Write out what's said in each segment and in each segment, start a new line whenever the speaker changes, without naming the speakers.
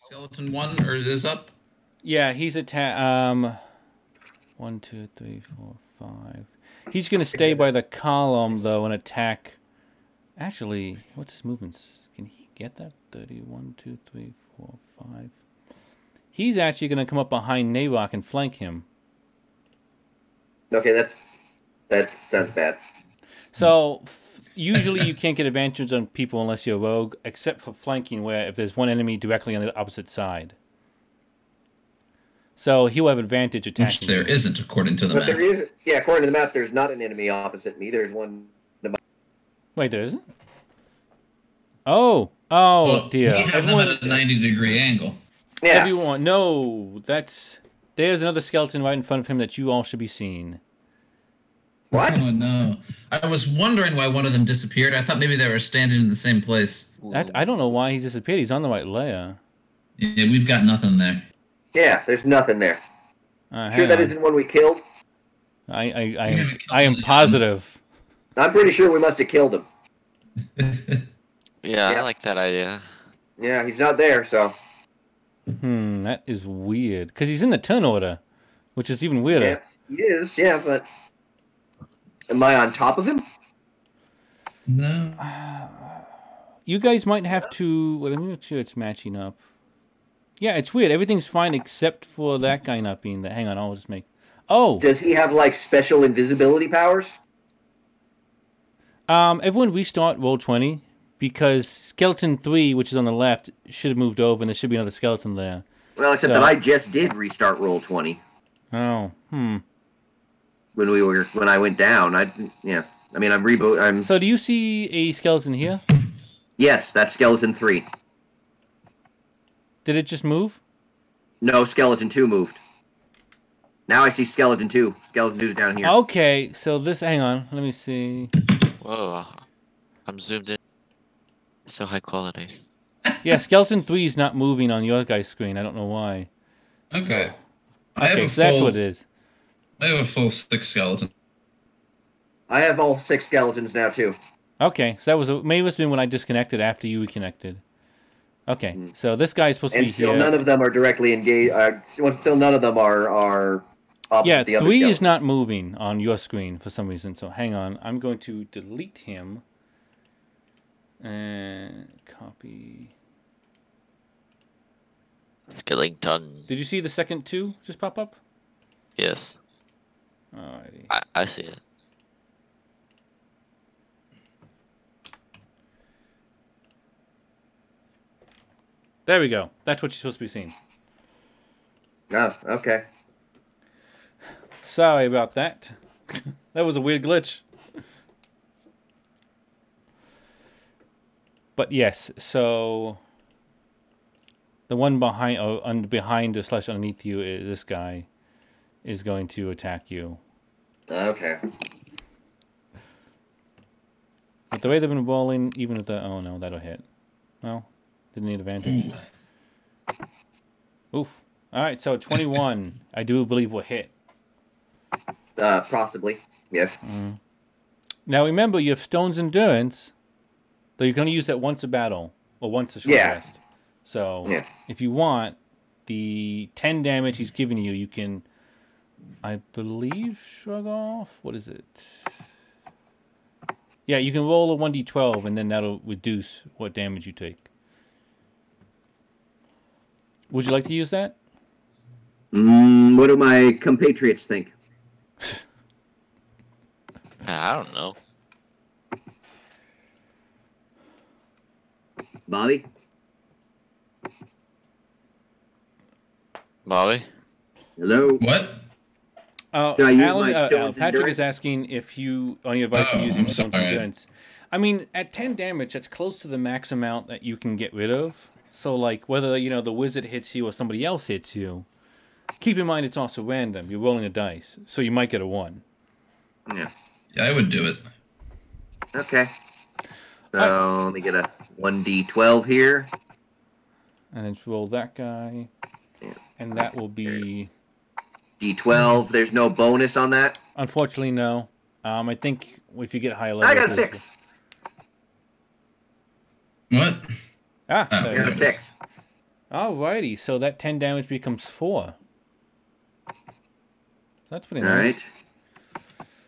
Skeleton one or is up?
Yeah, he's attack. Um, one, two, three, four, five. He's gonna stay by the column though and attack. Actually, what's his movements? Can he get that? Thirty-one, two, three, four, five. He's actually gonna come up behind Nabok and flank him.
Okay, that's that's that's bad.
So f- usually you can't get advantage on people unless you're rogue, except for flanking, where if there's one enemy directly on the opposite side. So he'll have advantage
Which
attacking.
there
you.
isn't, according to the map.
But there is, yeah, according to the map, there's not an enemy opposite me. There's one.
Wait, there isn't. Oh, oh
Well,
dear!
We have
Everyone,
them at a 90 degree angle.
Yeah,
everyone, no, that's there's another skeleton right in front of him that you all should be seeing.
what?
Oh no! I was wondering why one of them disappeared. I thought maybe they were standing in the same place.
That, I don't know why he's disappeared. He's on the right layer.
Yeah, we've got nothing there.
Yeah, there's nothing there.
Uh,
Sure,
hang
that
on.
isn't one we killed.
I, I, I,
You
am,
haven't
I am
killed him.
positive.
I'm pretty sure we must have killed him.
Yeah,
Yeah.
I like that idea.
Yeah, he's not there, so
Hmm, that is weird. Because he's in the turn order, which is even weirder.
yeah, he is. Yeah, but am I on top of him?
No.
You guys might have to. Well, let me make sure it's matching up. Yeah, it's weird. Everything's fine except for that guy not being there. Hang on, I'll just make. Oh,
Does he have like special invisibility powers?
um, everyone restart roll twenty because skeleton three, which is on the left, should have moved over, and there should be another skeleton there.
Well, except
No.
that I just did restart roll twenty
Oh, hmm.
when we were when I went down. I yeah. I mean, I'm reboot. I'm
So do you see a skeleton here?
yes. That's skeleton three.
Did it just move?
No, skeleton two moved. Now I see skeleton two. Skeleton two's down
Oh.
here.
Okay, so this. Hang on, let me see.
Whoa, I'm zoomed in. So high quality.
Yeah, skeleton three is not moving on your guy's screen. I don't know why.
Okay. I have
Okay,
a
so that's
full-
what it is.
I have a full six skeleton.
I have all six skeletons now too.
Okay, so that was maybe it must have been when I disconnected after you reconnected. Okay,
Hmm.
so this guy is supposed to
and
be
still
here.
none of them are directly engaged. Uh, well, still none of them are are opposite
yeah,
the other.
three is
skeleton.
not moving on your screen for some reason. So hang on, I'm going to delete him and copy.
Killing done.
Did you see the second two just pop up?
Yes,
Alrighty.
I, I see it.
There we go. That's what you're supposed to be seeing.
Oh, okay.
Sorry about that. that was a weird glitch. But yes, so the one behind, oh, un, behind slash underneath you, is, this guy is going to attack you.
Okay.
But the way they've been rolling, even with the oh no, that'll hit. No, didn't need advantage. Oof. All right, so twenty-one, I do believe will hit.
Uh, possibly. Yes.
Now remember, you have Stone's Endurance, though you can only use that once a battle or once a short
Yeah.
rest. So
Yeah.
if you want the ten damage he's giving you, you can, I believe, shrug off. What is it? Yeah, you can roll a one d twelve, and then that'll reduce what damage you take. Would you like to use that?
Mm, what do my compatriots think?
I don't know.
Bobby?
Bobby?
Hello?
What?
Uh,
Should I use
Alan,
my
uh,
stone's
uh, Patrick
endurance?
is asking if you, on your advice,
Oh,
are using
I'm
stone's
sorry.
endurance. I mean, at ten damage, that's close to the max amount that you can get rid of. So, like, whether you know the wizard hits you or somebody else hits you, keep in mind it's also random. You're rolling a dice, so you might get a one.
Yeah.
Yeah, I would do it.
Okay. So
Alright.
let me get a 1d12 here.
And then roll that guy,
Yeah.
and that will be
D12. There's no bonus on that.
unfortunately no. Um, I think if you get higher level,
I got a six.
What?
Ah,
Oh, yeah.
there it
I
Ah,
got a
is.
six.
Alrighty, so that 10 damage becomes 4. That's pretty
All
nice.
right.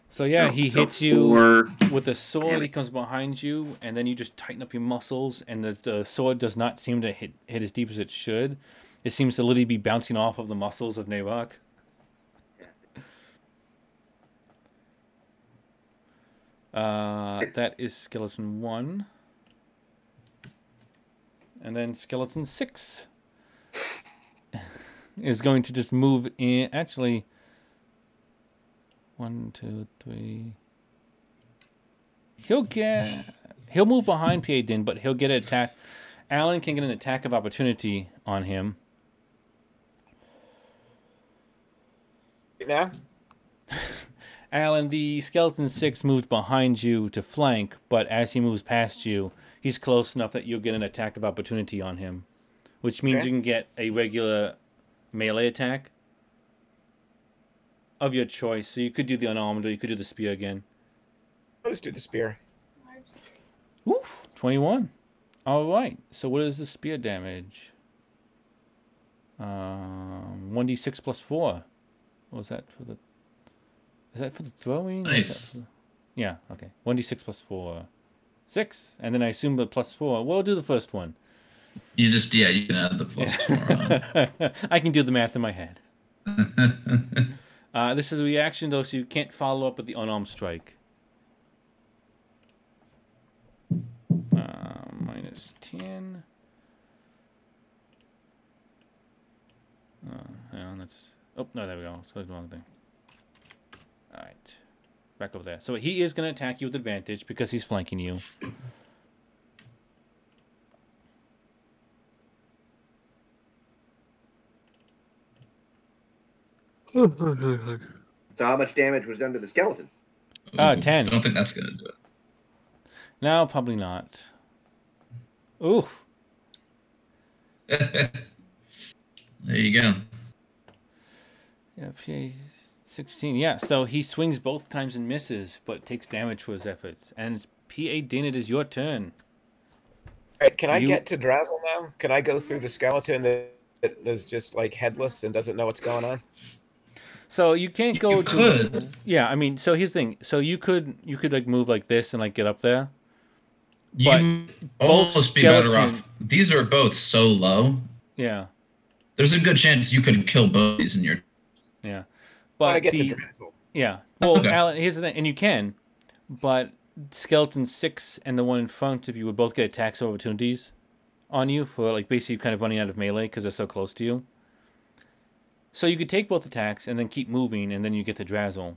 So yeah,
So-
he
so
hits you
Four.
with a sword.
Damn
He comes behind you, and then you just tighten up your muscles, and the, the sword does not seem to hit, hit as deep as it should. It seems to literally be bouncing off of the muscles of Nabok. Uh, that is skeleton one, and then skeleton six is going to just move in. Actually, one, two, three. He'll get. He'll move behind PA Din, but he'll get an attack. Alan can get an attack of opportunity on him.
Now?
Alan, the skeleton six moves behind you to flank, but as he moves past you, he's close enough that you'll get an attack of opportunity on him, which means
Okay.
you can get a regular melee attack of your choice. So you could do the unarmed, or you could do the spear again.
Let's do the spear.
Oof, 21. All right. So what is the spear damage? Um, 1d6 plus 4. What was that for the Is that for the throwing? or is that
Nice.
for- Yeah, okay. 1d6 plus 4. 6. And then I assume the plus 4. We'll do the first one.
You just yeah, you can add the plus four
I can do the math in my head.
on.
Uh, this is a reaction though, so you can't follow up with the unarmed strike. Uh, minus ten. Uh, hang on, that's. Oh no, there we go. So the wrong thing. All right, back over there. So he is going to attack you with advantage because he's flanking you.
So how much damage was done to the skeleton?
Ah,
Ooh,
10.
I don't think that's gonna do it.
No, probably not. Ooh,
there you go.
Yeah, PA 16. Yeah, so he swings both times and misses, but takes damage for his efforts. And it's PA Din, it is your turn.
All right, can I
You-
get to Drazzle now? Can I go through the skeleton that, that is just like headless and doesn't know what's going on?
So you can't go
you
to
could.
Yeah, I mean, so here's the thing. So you could you could like move like this and like get up there. but
You
both
almost be better
skeleton-
off. These are both so low.
Yeah.
There's a good chance you could kill both these in your.
Yeah.
I want
But
to get
the,
to Drazzle.
yeah. Well,
Okay.
Alan, here's the thing, and you can, but skeleton 6 and the one in front of you would both get attacks of opportunities on you for like basically kind of running out of melee because they're so close to you. So you could take both attacks and then keep moving, and then you get the Drazzle.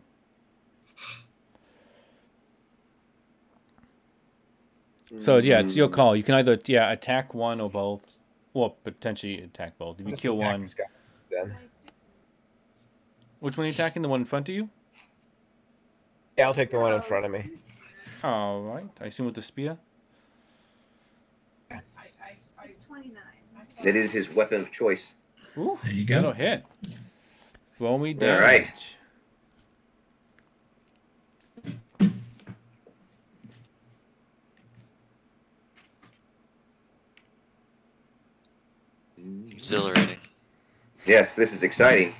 So yeah, it's your call. You can either yeah attack one or both, or potentially attack both. If you
Just
kill
attack
one,
the skeleton Then.
which one are you attacking? The one in front of you?
Yeah, I'll take the one in front of me.
All right, I assume with the spear.
It's 29.
It is his weapon of choice.
Ooh,
There you go.
That'll hit. Throw me down.
All right.
Exhilarating.
Yes, this is exciting.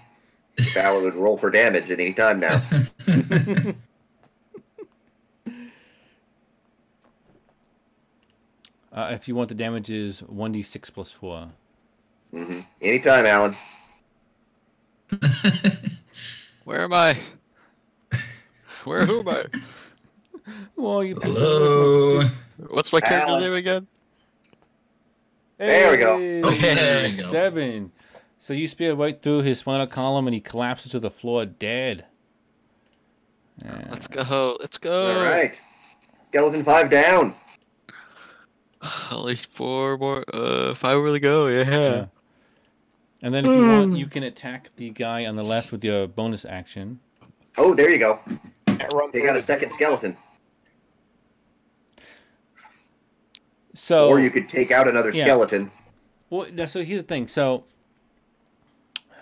Valor would roll for damage at any time now.
Uh, if you want the damage is one d six plus four.
hmm Anytime, Alan.
Where am I? Where who am I?
Well, you picked up
Hello.
this one.
What's my character's
Alan.
name again?
There we go.
Hey,
Oh, There we go.
Seven. So you spear right through his spinal column, and he collapses to the floor, dead. Yeah.
Let's go. Let's
Oh.
go.
All right. Skeleton five down.
Only four more. Uh, five more to go.
Yeah.
Yeah.
And then if
Hmm.
you want, you can attack the guy on the left with your bonus action.
Oh, there you go.
I run
They
through
got a
the-
second skeleton.
So
Or you could take out another
Oh. Yeah.
skeleton.
Well, no, so here's the thing. So,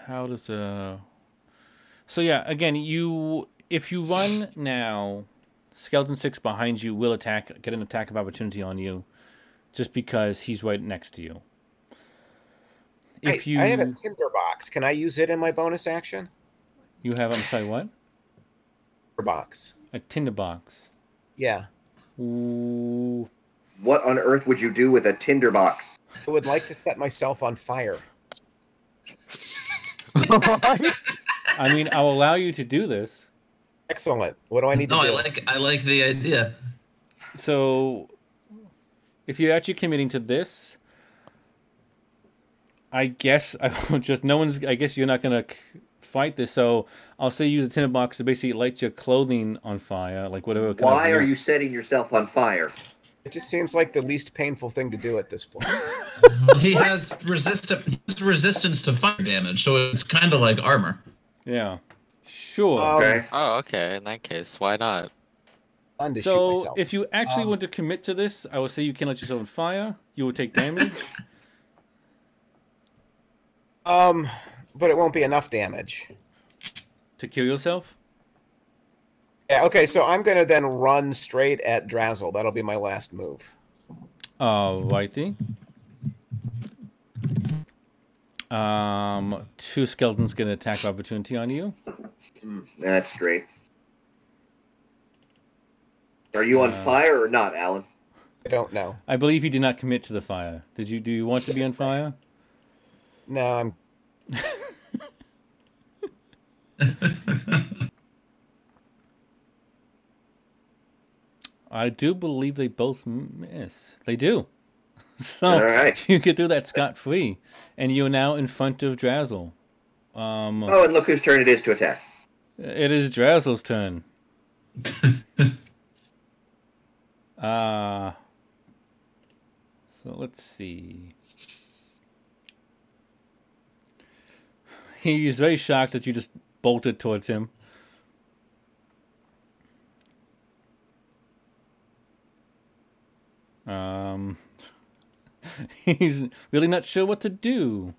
how does uh? So yeah, again, you if you run now, skeleton six behind you will attack, get an attack of opportunity on you, just because he's right next to you. if
Hey,
you
I have a tinderbox. Can I use it in my bonus action?
you have I'm sorry what
Tinderbox.
a tinderbox.
Yeah.
Ooh,
What on earth would you do with a tinderbox?
I would like to set myself on fire.
I mean I'll allow you to do this.
Excellent. What do I need
No,
to
I
do?
like I like the idea.
So, if you're actually committing to this, I guess I will just no one's. I guess you're not gonna c- fight this. So I'll say use a tinderbox to basically light your clothing on fire, like whatever. Kind
Why
of
are you
loose-
setting yourself on fire?
It just seems like the least painful thing to do at this point.
he has resistant resistance to fire damage, so it's kind of like armor.
Yeah, sure.
Um,
Okay.
Oh, okay. In that case, why not?
Fun to shoot
so
myself.
if you actually
Um,
want to commit to this, I will say you can light yourself on fire. You will take damage.
Um, but it won't be enough damage.
to kill yourself.
Yeah, okay, so I'm gonna then run straight at Drazzle. That'll be my last move.
Alrighty. Um, two skeletons get an attack of opportunity on you.
That's great. Are you on
Uh,
fire or not, Alan?
I don't know.
I believe he did not commit to the fire. Did you? Do you want to be on fire?
No, I'm
I do believe they both miss. They do.
All
So
right.
you get through that scot free, and you're now in front of Drazzle. Um,
Oh, and look whose turn it is to attack.
it is Drazzle's turn. uh so let's see. He is very shocked that you just bolted towards him. Um, he's really not sure what to do.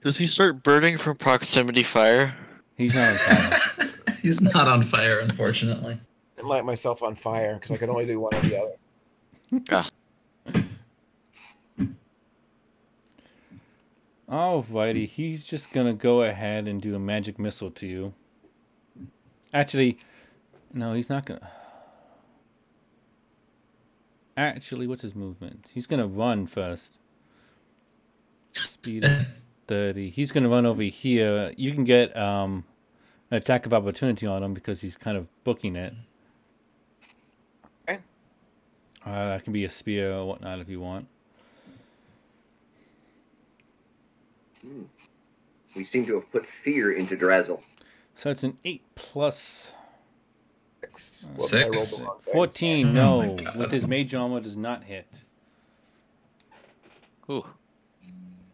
Does he start burning from proximity fire?
He's not. on fire.
He's not on fire, unfortunately.
and light myself on fire because I could only do one or the other.
Ah,
Alrighty, he's just gonna go ahead and do a magic missile to you. Actually, no, he's not gonna. Actually, what's his movement? He's gonna run first. Speed is thirty. He's gonna run over here. You can get um, an attack of opportunity on him because he's kind of booking it.
Okay.
Uh, that can be a spear or whatnot if you want.
We seem to have put fear into Drazzle.
So it's an eight plus
Six. Whoops, I rolled the
Six.
wrong dice.
14,
Oh
no.
my God.
With his mage armor does not hit.
Ooh.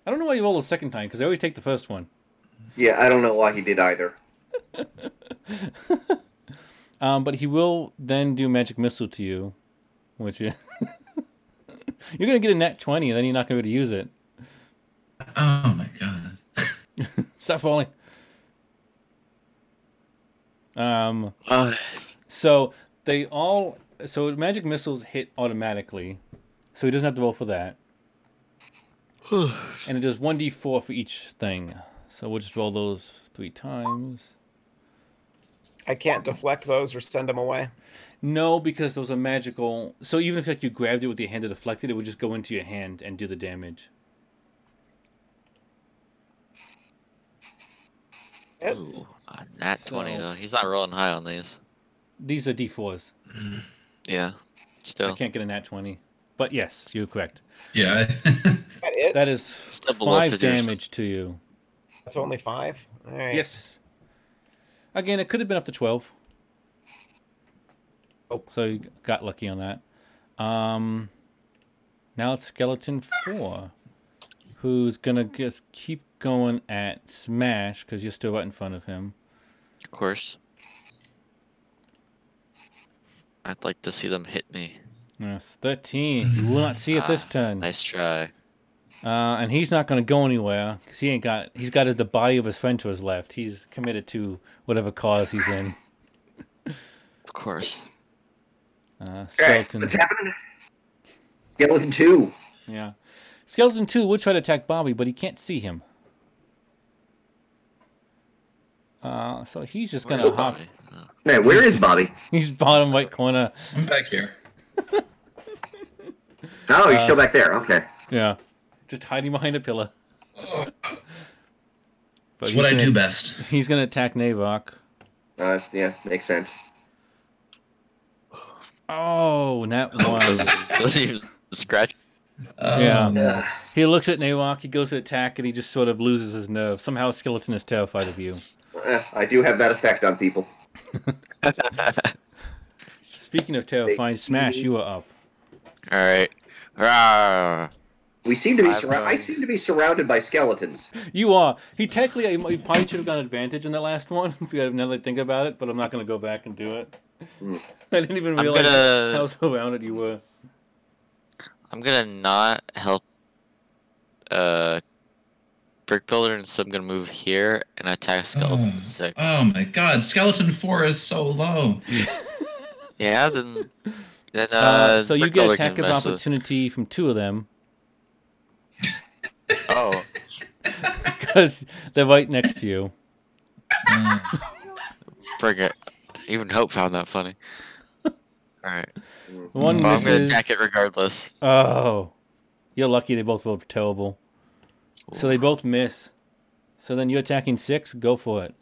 I don't know why you roll a second time, because I always take the first one.
Yeah, I don't know why he did either.
Um, but he will then do magic missile to you, which is... you're going to get a net 20, and then you're not going to be able to use it.
Oh my god.
Stop falling. Um,
Uh,
so they all... So magic missiles hit automatically, so he doesn't have to roll for that. And it does 1d4 for each thing. So we'll just roll those three times.
I can't deflect those or send them away.
No, because those are magical. So even if like you grabbed it with your hand and deflected, it would just go into your hand and do the damage.
Eh,
ooh, uh, nat 20
So-
though. He's not rolling high on these.
These are d4s.
Yeah.
I
Still.
can't get a nat twenty. But yes, you're correct.
Yeah.
Is that it?
That is
Still below
five
50%.
damage to you.
That's only five? All right.
Yes. Again, it could have been up to twelve.
Oh.
So you got lucky on that. Um, now it's skeleton four, who's gonna just keep going at smash because you're still right in front of him.
Of course. I'd like to see them hit me.
Yes, 13. You will not see it this
Ah,
turn.
Nice try.
Uh, and he's not going to go anywhere because he ain't got. He's got his, the body of his friend to his left. He's committed to whatever cause he's in.
Of course.
Uh,
Alright,
skeleton.
what's happening? Skeleton two.
yeah. Skeleton 2 will try to attack Bobby, but he can't see him. Uh, so he's just
Where's
gonna hop.
Bobby? Oh.
Hey, where is Bobby?
He's bottom right corner.
I'm back here.
Oh,
Uh,
he's still back there. Okay.
Yeah, just hiding behind a pillar. But
It's
he's
what I
gonna-
do best.
He's gonna attack Navok.
Uh, yeah, makes sense.
Oh, nat one.
Doesn't even scratch.
Um,
Yeah.
Yeah.
he looks at Nawak, he goes to attack, and he just sort of loses his nerve. Somehow, Skeleton is terrified of you.
Eh, I do have that effect on people.
Speaking of terrifying, Smash, you are up.
All right. Rawr.
We seem to be.
I've
Surra- I
known-
seem to be surrounded by skeletons.
You are. He technically, he probably should have gotten advantage in the last one. If you have now that I think about it, but I'm not gonna go back and do it.
Hmm.
I didn't even
I'm
realize
gonna-
how surrounded you were.
I'm gonna not help. Uh, brick builder, and so I'm gonna move here and attack skeleton
Oh.
six.
Oh my god, skeleton four is so low.
Yeah, then. Then uh,
Uh, so you
brick
get
builder
attack
can
of
mess with-
opportunity from two of them
Oh,
because they're right next to you.
Uh,
bring it. Even Hope found that funny. All right,
One
Hmm. well, I'm
misses.
gonna attack it regardless.
Oh, you're lucky. They both rolled terrible, so they
Ooh.
both miss. So then you're attacking six. Go for it.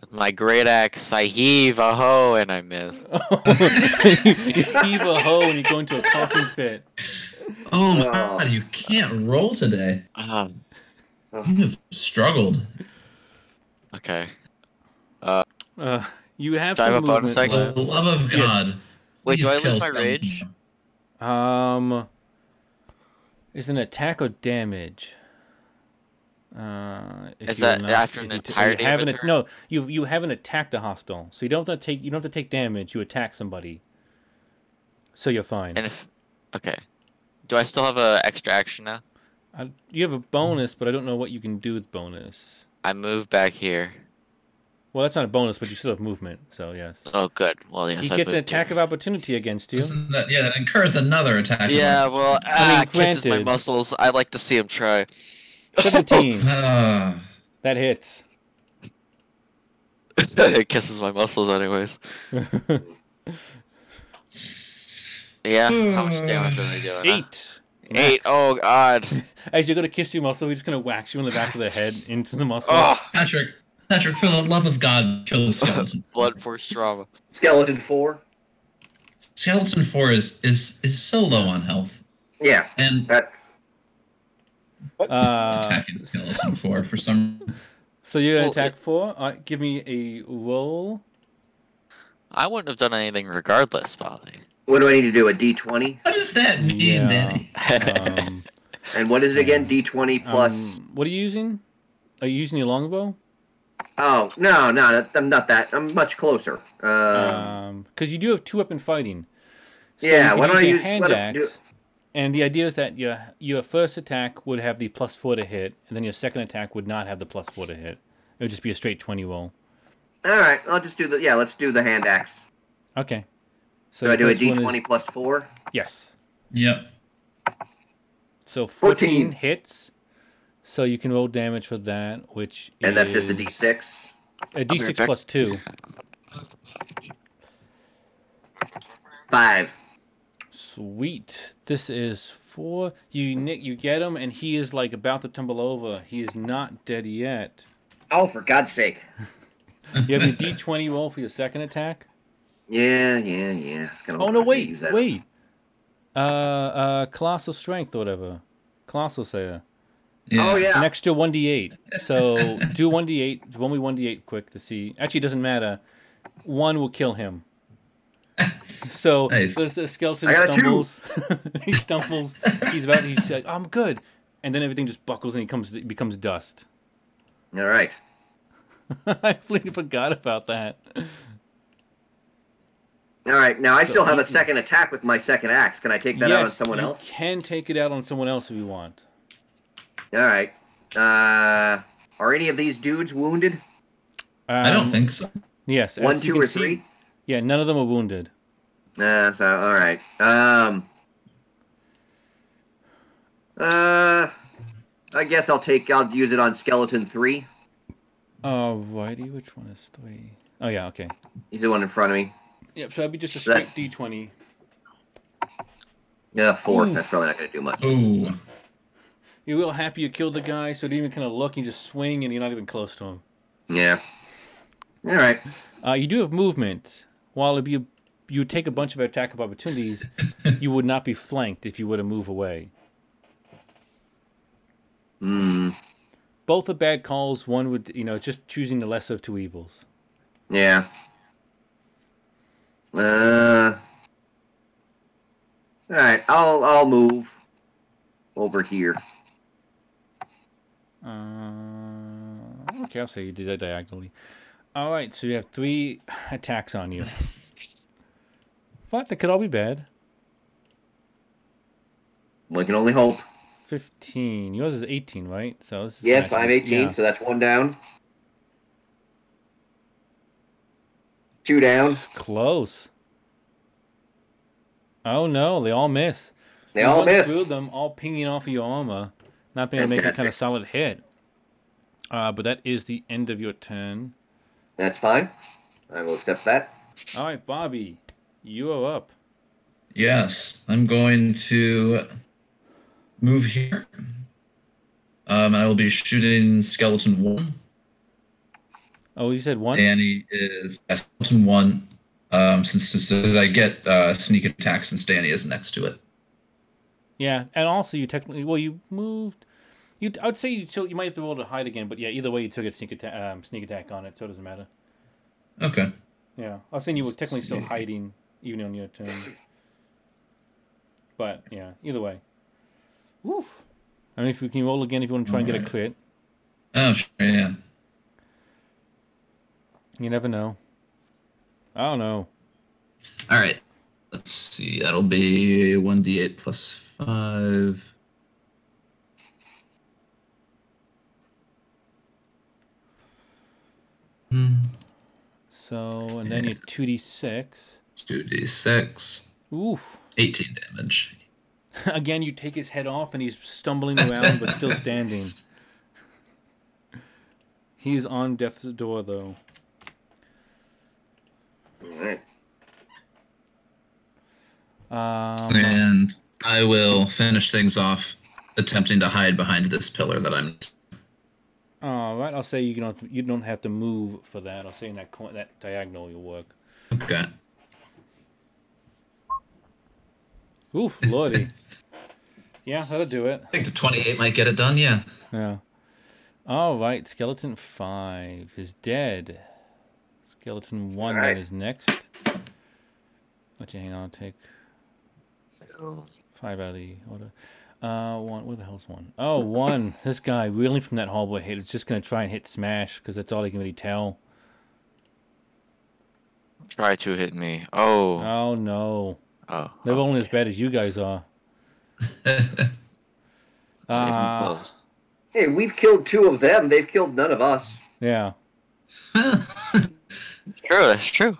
With my great axe, I heave a hoe and I miss.
you heave a hoe and you go into a coughing fit.
oh my
Oh.
god, you can't roll today.
Ah,
You've struggled.
okay.
Uh, you have
Do I
some
have a
For
movement
bonus Thank
the
action?
love
left.
of
Yes.
God.
Wait, do
please
I lose
kill
my
skeleton
rage?
four.
Um, is an attack or damage? Uh, if
Is
you are
that after
if
an
you t-
entire
you
day of
have
a
an-
turn?
No, you you haven't attacked a hostile, so you don't have to take you don't have to take damage. You attack somebody, so you're fine.
And if okay, do I still have a extra action now?
I, you have a bonus, but I don't know what you can do with bonus.
I move back here.
Well, that's not a bonus, but you still have movement, so yes.
Oh, good. Well, yes.
He
I
gets an
moved
attack
here.
of opportunity against you.
Isn't that, yeah, that incurs another attack.
Yeah. Well, ah, kisses my
granted.
muscles. I like to see him try.
17.
Uh,
that hits.
it kisses my muscles, anyways. Yeah. How much damage are they doing? huh?
Eight.
Eight. Oh God.
As you're going to kiss your muscle, he's just going to wax you in the back of the head into the muscle.
Oh,
Patrick, Patrick, for the love of God, kill the skeleton.
blood force trauma.
Skeleton four.
Skeleton four is is is so low on health,
Yeah,
and
that's
it's
Uh,
attacking skeleton four for some.
so you're going
Well,
to attack four. Uh, give me a roll.
I wouldn't have done anything regardless, Bobby.
what do I need to do? A D twenty,
What does that mean,
Yeah.
Danny?
Um,
and what is it again? D twenty plus.
Hmm. um, what are you using? Are you using your longbow?
oh no, no, that- I'm not that. I'm much closer. Uh,
Because Um, you do have two weapon fighting.
Yeah,
you
why
can
don't I
your
use- why don't- do-
and the idea is that your your first attack would have the plus four to hit, and then your second attack would not have the plus four to hit. It would just be a straight twenty roll.
all right, I'll just do the. Yeah, let's do the hand axe.
Okay. So
So I
your
do a
first one
D
is-
twenty plus four.
Yes.
Yep.
So
14.
14, hits. So you can roll damage for that, which
And that's just a
is
D6.
A D6
back.
plus two.
Five.
Sweet. This is four. You Nick, you get him, and he is like about to tumble over. He is not dead yet.
Oh, for God's sake.
You have your D20 roll for your second attack.
Yeah, yeah, yeah. It's gonna
Oh no!
I'm gonna
Wait,
use that.
wait. Uh, uh, colossal strength, or whatever. Colossal Slayer.
Oh
It's
yeah.
an extra 1d8. So do 1d8, roll me 1d8 quick to see. Actually, it doesn't matter. One will kill him. So
Nice.
the, the skeleton
I got a two.
stumbles. he stumbles. He's about. He's like, I'm good. And then everything just buckles and he comes it becomes dust.
All right.
I completely forgot about that.
All right. Now I
So
still have a
Eaton-
second attack with my second axe. Can I take that out on
yes,
someone
you
else?
can take it out on someone else if you want.
All right. Uh, are any of these dudes wounded?
I don't
Um,
think so.
Yes. as
One,
you
two,
can
or
see-
three?
Yeah, none of them are wounded.
Uh, so all right. Um. Uh, I guess I'll take. I'll use it on skeleton three.
Alrighty, which one is three? Oh yeah, okay.
He's the one in front of me.
Yep. So that'd be just a
So that's-
straight D twenty.
Yeah, four.
Oof.
That's probably not gonna do much.
Ooh.
You're real happy you killed the guy, so didn't even kind of look. You just swing, and you're not even close to him.
Yeah. All right.
Uh, you do have movement. While if you you would take a bunch of attack of opportunities, you would not be flanked if you were to move away.
Hmm.
Both are bad calls. One would you know just choosing the lesser of two evils.
Yeah. Uh. All right. I'll I'll move over here.
Uh, okay, I'll say you did that diagonally. All right, so you have three attacks on you. But they could all be bad.
One can only hope.
Fifteen. Yours is eighteen, right? So this is
Yes,
matching.
I'm 18,
Yeah.
so that's one down. Two down.
Close. Oh no, they all miss.
They
You
all
run
miss.
Through them, all pinging off of your armor, not being able to make a kind of
Fantastic.
solid hit. Uh, but that is the end of your turn.
That's fine. I will accept that.
All right, Bobby, you are up.
Yes, I'm going to move here. Um, I will be shooting skeleton one,
Oh, you said one.
and he is yeah, skeleton one. Um, since this is, I get uh, sneak attack since Danny is next to it.
Yeah, and also you technically well you moved. You I would say you still you might have to roll to hide again, but yeah, either way you took a sneak attack um, sneak attack on it, so it doesn't matter.
Okay.
Yeah, I was saying you were technically still hiding even on your turn. But yeah, either way. Woof. I mean, if we can roll again, if you want to try and get a
Alright.
crit,
Oh sure, yeah.
you never know. I don't know.
All right. Let's see. That'll be one d8 plus five. Hmm.
So, and then you two d six.
Two d6.
Oof.
18 damage.
Again, you take his head off, and he's stumbling around but still standing. He's on death's door, though.
Alright.
Um,
And I will finish things off attempting to hide behind this pillar that I'm.
All right, I'll say you don't you don't have to move for that. I'll say in that cor- that diagonal you'll work.
Okay.
Oof, lordy. yeah, that'll do it.
I think the 28 might get it done, yeah.
Yeah. All right, skeleton five is dead. Skeleton one
Alright.
then is next. Let you hang on. I'll take five out of the order. Uh, one. Where the hell's one? Oh, one. this guy reeling from that hallway hit is just gonna try and hit smash because that's all he can really tell.
Try to hit me. Oh.
Oh no,
Oh.
they're
oh,
only as bad as you guys are.
not even
Uh,
close.
Hey, we've killed two of them. They've killed none of us.
yeah. Ah.
True, that's true.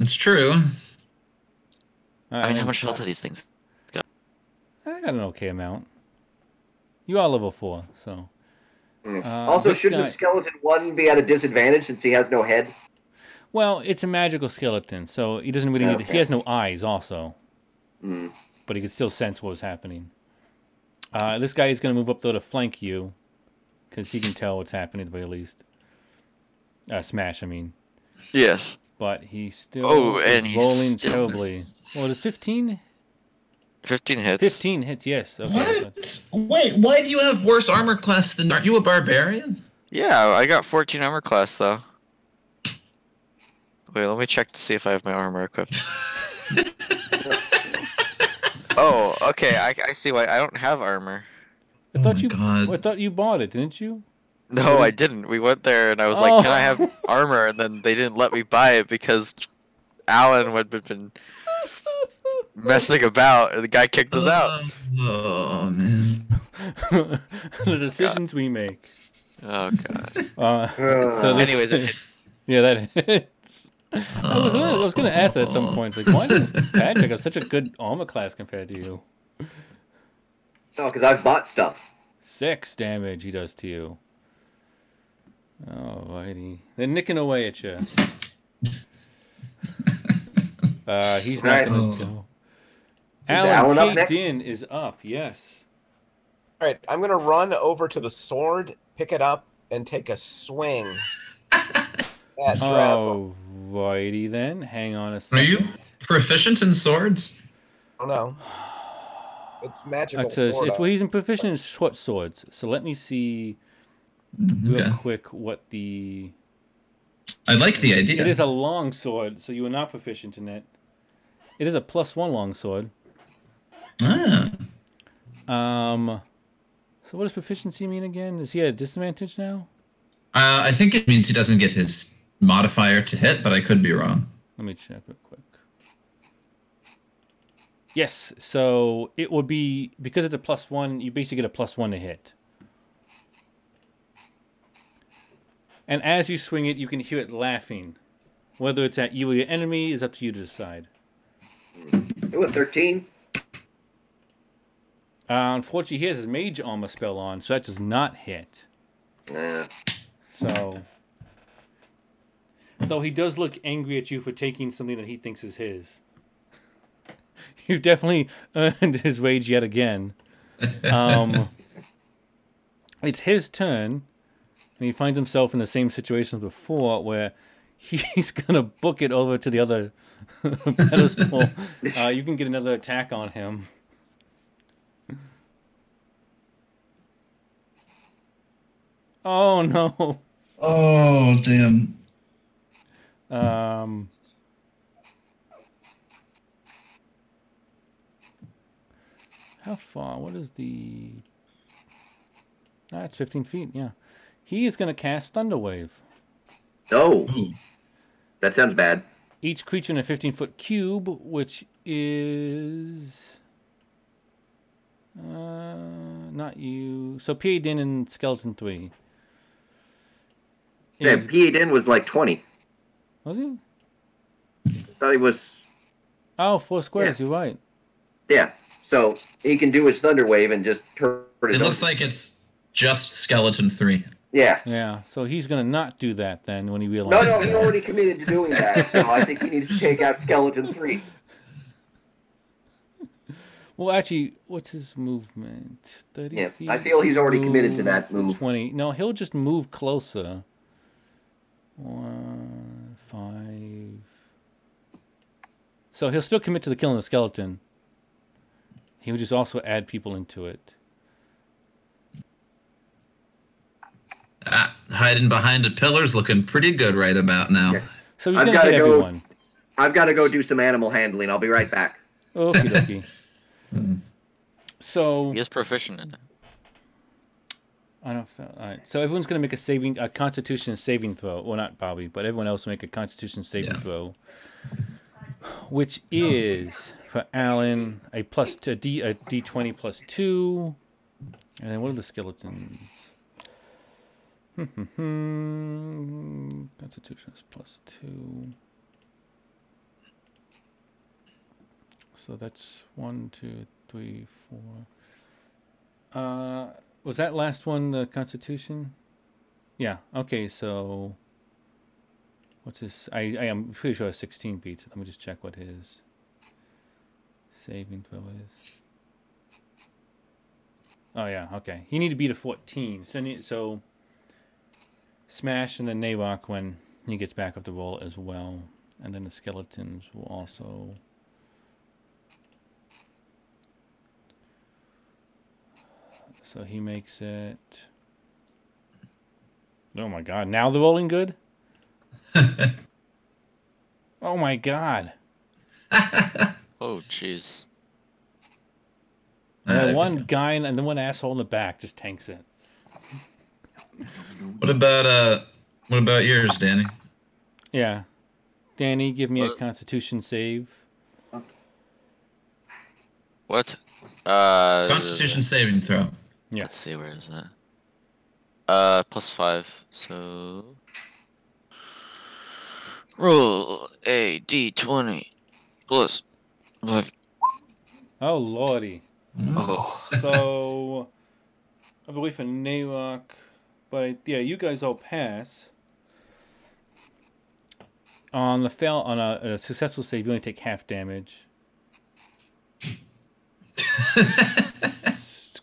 It's true.
I mean, how
I'm-
much health are these things?
I got an okay amount. You are level four, so.
Mm.
Uh,
also,
this
shouldn't
guy-
skeleton one be at a disadvantage since he has no head?
Well, it's a magical skeleton, so he doesn't really need. He
Okay.
has no eyes, also,
Hmm.
Mm.
but he could still sense what was happening. Uh, this guy is going to move up though to flank you, because he can tell what's happening at the very least. Uh, smash, I mean,
Yes.
but he still
Oh,
is
and he's
rolling
still
terribly. Well, it is 15?
15 hits.
15 hits, yes. Okay, so-
What? Wait, why do you have worse armor class than. Aren't you a barbarian?
Yeah, I got 14 armor class though. Wait, let me check to see if I have my armor equipped. oh, okay. I, I see why I don't have armor.
I thought
Oh my
you.
God.
I thought you bought it, didn't you?
No, I didn't. We went there and I was like, "Can I have
Oh.
armor?" And then they didn't let me buy it because Alan would have been messing about, and the guy kicked us out.
Oh, man.
the decisions we make.
Oh god.
Uh, so this,
Anyways, it hits.
yeah, that hits. I was, I was going to ask that at some point. Like, why does Patrick have such a good armor class compared to you?
No, because Oh, I've bought stuff.
Six damage he does to you. Alrighty. They're nicking away at you. Uh, he's not
Alright.
going to go.
Alan
Alan,
up
K.
next?
Din is up, yes.
All right, I'm gonna run over to the sword, pick it up, and take a swing at
Oh.
Drazzle.
Alrighty then. Hang on a
Are
second.
you proficient in swords?
I don't know. It's magical.
That's a,
sword
it's, well,
art.
he's in proficient in short swords. So let me see real
Mm-hmm. Okay.
quick what the.
I like the idea.
It is a long sword, so you are not proficient in it. It is a plus one long sword.
Ah,
Um, so what does proficiency mean again? Is he at a disadvantage now?
uh, I think it means he doesn't get his modifier to hit, but I could be wrong.
Let me check real quick. Yes, so it would be because it's a plus one, you basically get a plus one to hit. And as you swing it, you can hear it laughing. Whether it's at you or your enemy is up to you to decide.
Ooh, a 13.
Uh, unfortunately, he has his mage armor spell on, so that does not hit.
Nah.
So, though he does look angry at you for taking something that he thinks is his, you definitely earned his wage yet again. Um, it's his turn, and he finds himself in the same situation as before, where he's gonna book it over to the other pedestal. Uh, you can get another attack on him. Oh no.
Oh damn!
Um, how far? What is the? That's 15 feet. Yeah, he is going to cast Thunder Wave.
Oh,
Ooh.
that sounds bad.
Each creature in a 15 foot cube, which is uh, not you. So PA Din and Skeleton Three.
Yeah,
Is-
PA Den was like 20.
was he?
thought he was.
Oh, four squares. You're right.
Yeah. So he can do his Thunder Wave and just turn
It
his
looks like it's just skeleton three.
Yeah.
Yeah. So he's going to not do that then when he
No,
realizes.
no, he
that.
already committed to doing that, so I think he needs to take out Skeleton 3.
Well, actually, what's his movement? Thirty.
Yeah,
feet?
I feel he's already committed to that move.
Twenty. No, he'll just move closer. One, five. So he'll still commit to the killing the skeleton. He would just also add people into it.
Ah, hiding behind a pillar's looking pretty good right about now.
So he's
I've
gonna
gotta
hit
go-
everyone.
I've got to go do some animal handling. I'll be right back.
Okie dokie. So
He is proficient in it.
I don't. Feel, all right. So everyone's gonna make a saving, a Constitution saving throw. Well, not Bobby, but everyone else will make a Constitution saving
Yeah.
throw, which is for Alan a plus t- a d a d twenty plus two, and then what are the skeletons? Hmm. Constitution is plus two. So that's one, two, three, four. Uh, was that last one the Constitution? Yeah. Okay. So, what's this? I I am pretty sure it's sixteen beats. Let me just check what his saving throw is. Oh yeah. Okay. You need to beat a fourteen. So ne- so. Smash and then Nabok when he gets back up the roll as well, and then the skeletons will also. So he makes it. Oh my god, now the rolling good? oh my god.
Oh, jeez.
And that
Uh,
one guy and and the one asshole in the back just tanks it.
What about uh? What about yours, Danny?
Yeah. Danny, give me a
Uh,
constitution save.
What? Uh.
Constitution saving throw.
Let's see, where is that? Uh, plus five, so. Roll a d20 plus five.
Oh lordy.
Oh,
So, I believe for Narok, but yeah, you guys all pass. On the fail, on a, a successful save, you only take half damage.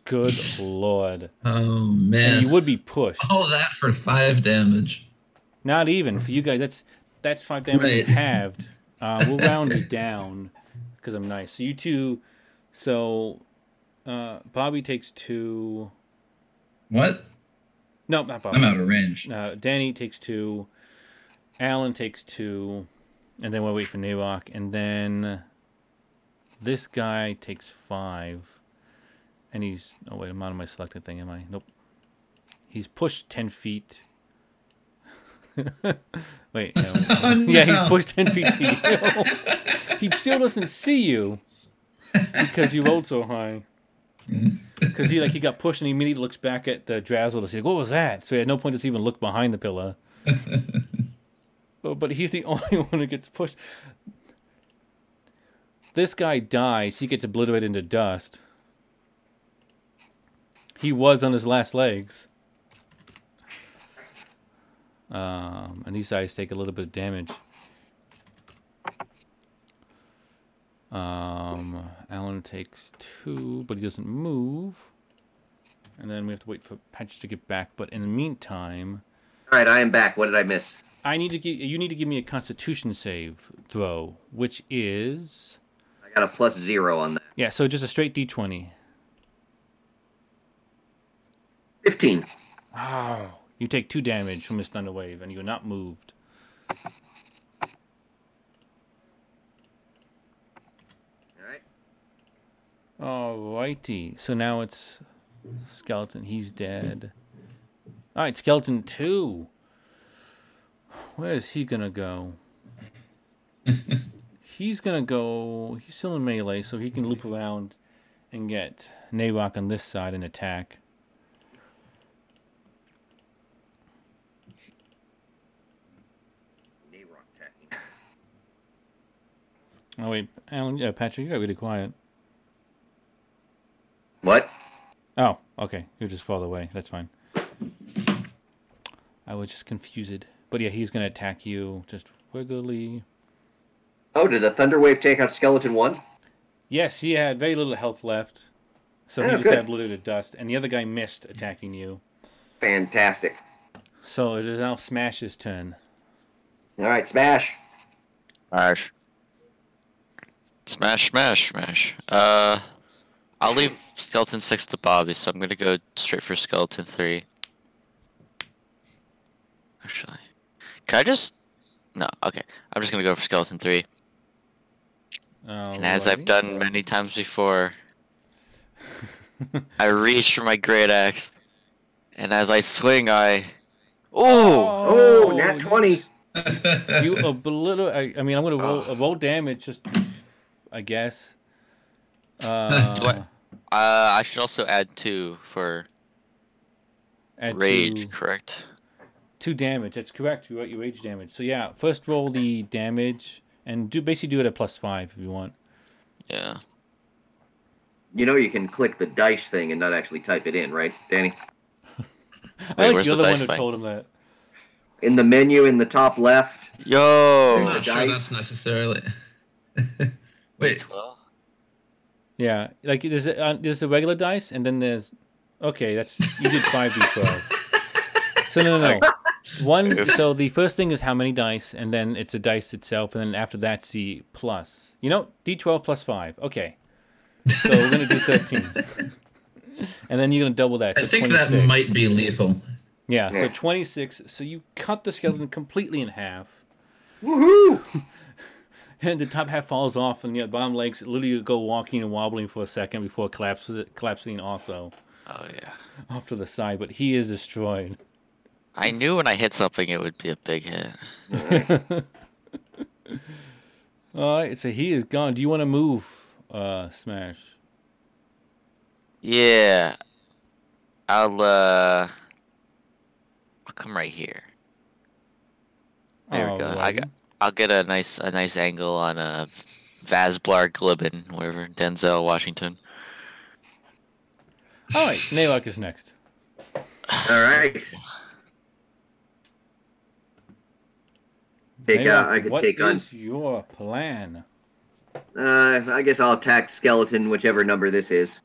Good lord!
oh
And you
man.
would be pushed.
All that for five damage.
Not even for you guys. That's that's five damage
Right.
halved. Uh, we'll round it down because I'm nice. So you two. So, uh, Bobby takes two.
What?
No, not Bobby.
I'm out of range.
Uh, Danny takes two. Alan takes two. And then we'll wait for Nawak. And then this guy takes five. And he's. Oh, wait, I'm out of my selected thing, am I? Nope. He's pushed 10 feet. wait, no.
Oh,
Yeah, he's
no.
pushed 10 feet to you. he still doesn't see you because you rolled so high. Because he like he got pushed and he immediately looks back at the Drazzle to see what was that. So he had no point to even look behind the pillar. Oh, but he's the only one who gets pushed. This guy dies. He gets obliterated into dust. He was on his last legs. Um, and these guys take a little bit of damage. Um, Alan takes two, but he doesn't move. And then we have to wait for Patch to get back. But in the meantime,
All right, I am back. What did I miss?
I need to give you need to give me a Constitution save throw, which is
I got a plus zero on that.
yeah. So just a straight D twenty.
Fifteen.
Wow. You take two damage from his thunder wave, and you're not moved.
All right.
Alrighty. So now it's skeleton. He's dead. All right, skeleton two. Where is he gonna go? he's gonna go. He's still in melee, so he can loop around and get Nawak on this side and attack.
Narok attacking.
Oh wait, Alan, uh, Patrick, you got really quiet.
What?
Oh, okay. You're just far away. That's fine. I was just confused. But yeah, he's gonna attack you. Just wiggly.
Oh, did the Thunderwave take out Skeleton One?
Yes, he had very little health left. So
Oh,
he just
good.
got obliterated to dust, and the other guy missed attacking you.
Fantastic.
So it is now Smash's turn.
All right, smash.
smash. Smash, smash, smash. Uh, I'll leave skeleton six to Bobby, so I'm gonna go straight for skeleton three. Actually, can I just? No, okay. I'm just gonna go for skeleton three.
Uh,
And as I've
Alrighty.
done many times before, I reach for my great axe, and as I swing, I. Oh!
Oh, nat
you
20.
just- You obliterate. I, I mean, I'm gonna roll, roll damage. Just, I guess. Uh,
Do I- Uh, I should also add two for
add
rage,
two-
correct?
Two damage. That's correct. You wrote your rage damage. So yeah, first roll the damage and do basically do it at plus five if you want.
Yeah.
You know you can click the dice thing and not actually type it in, right, Danny?
I like
where's
the other
the
one
dice
who
thing?
told him that.
In the menu in the top left.
I'm
Yo!
There's
not sure that's necessarily. Wait,
Well,
Yeah, like there's a, uh, there's the regular dice and then there's okay. That's you did five d twelve. So no no no. One.
Oops.
So the first thing is how many dice, and then it's a dice itself, and then after that's the plus. You know, d twelve plus five. Okay. So we're gonna do thirteen. And then you're gonna double that.
I
so
think
26.
that might be lethal.
Yeah, so
Yeah.
26. So you cut the skeleton completely in half,
Woohoo!
and the top half falls off, and the bottom legs literally go walking and wobbling for a second before collapses, collapsing also
oh yeah.
off to the side. But he is destroyed.
I knew when I hit something it would be a big hit.
All right, so he is gone. Do you want to move, uh, Smash?
Yeah. I'll uh. I'll come right here. There we go. I
Alrighty.
got. I'll get a nice a nice angle on uh, a Vasblar Glibin, wherever Denzel Washington.
All right, Nalok is next.
All right. Take, uh,
Nalok,
I could
what
take on.
is your plan?
Uh, I guess I'll attack skeleton, whichever number this is.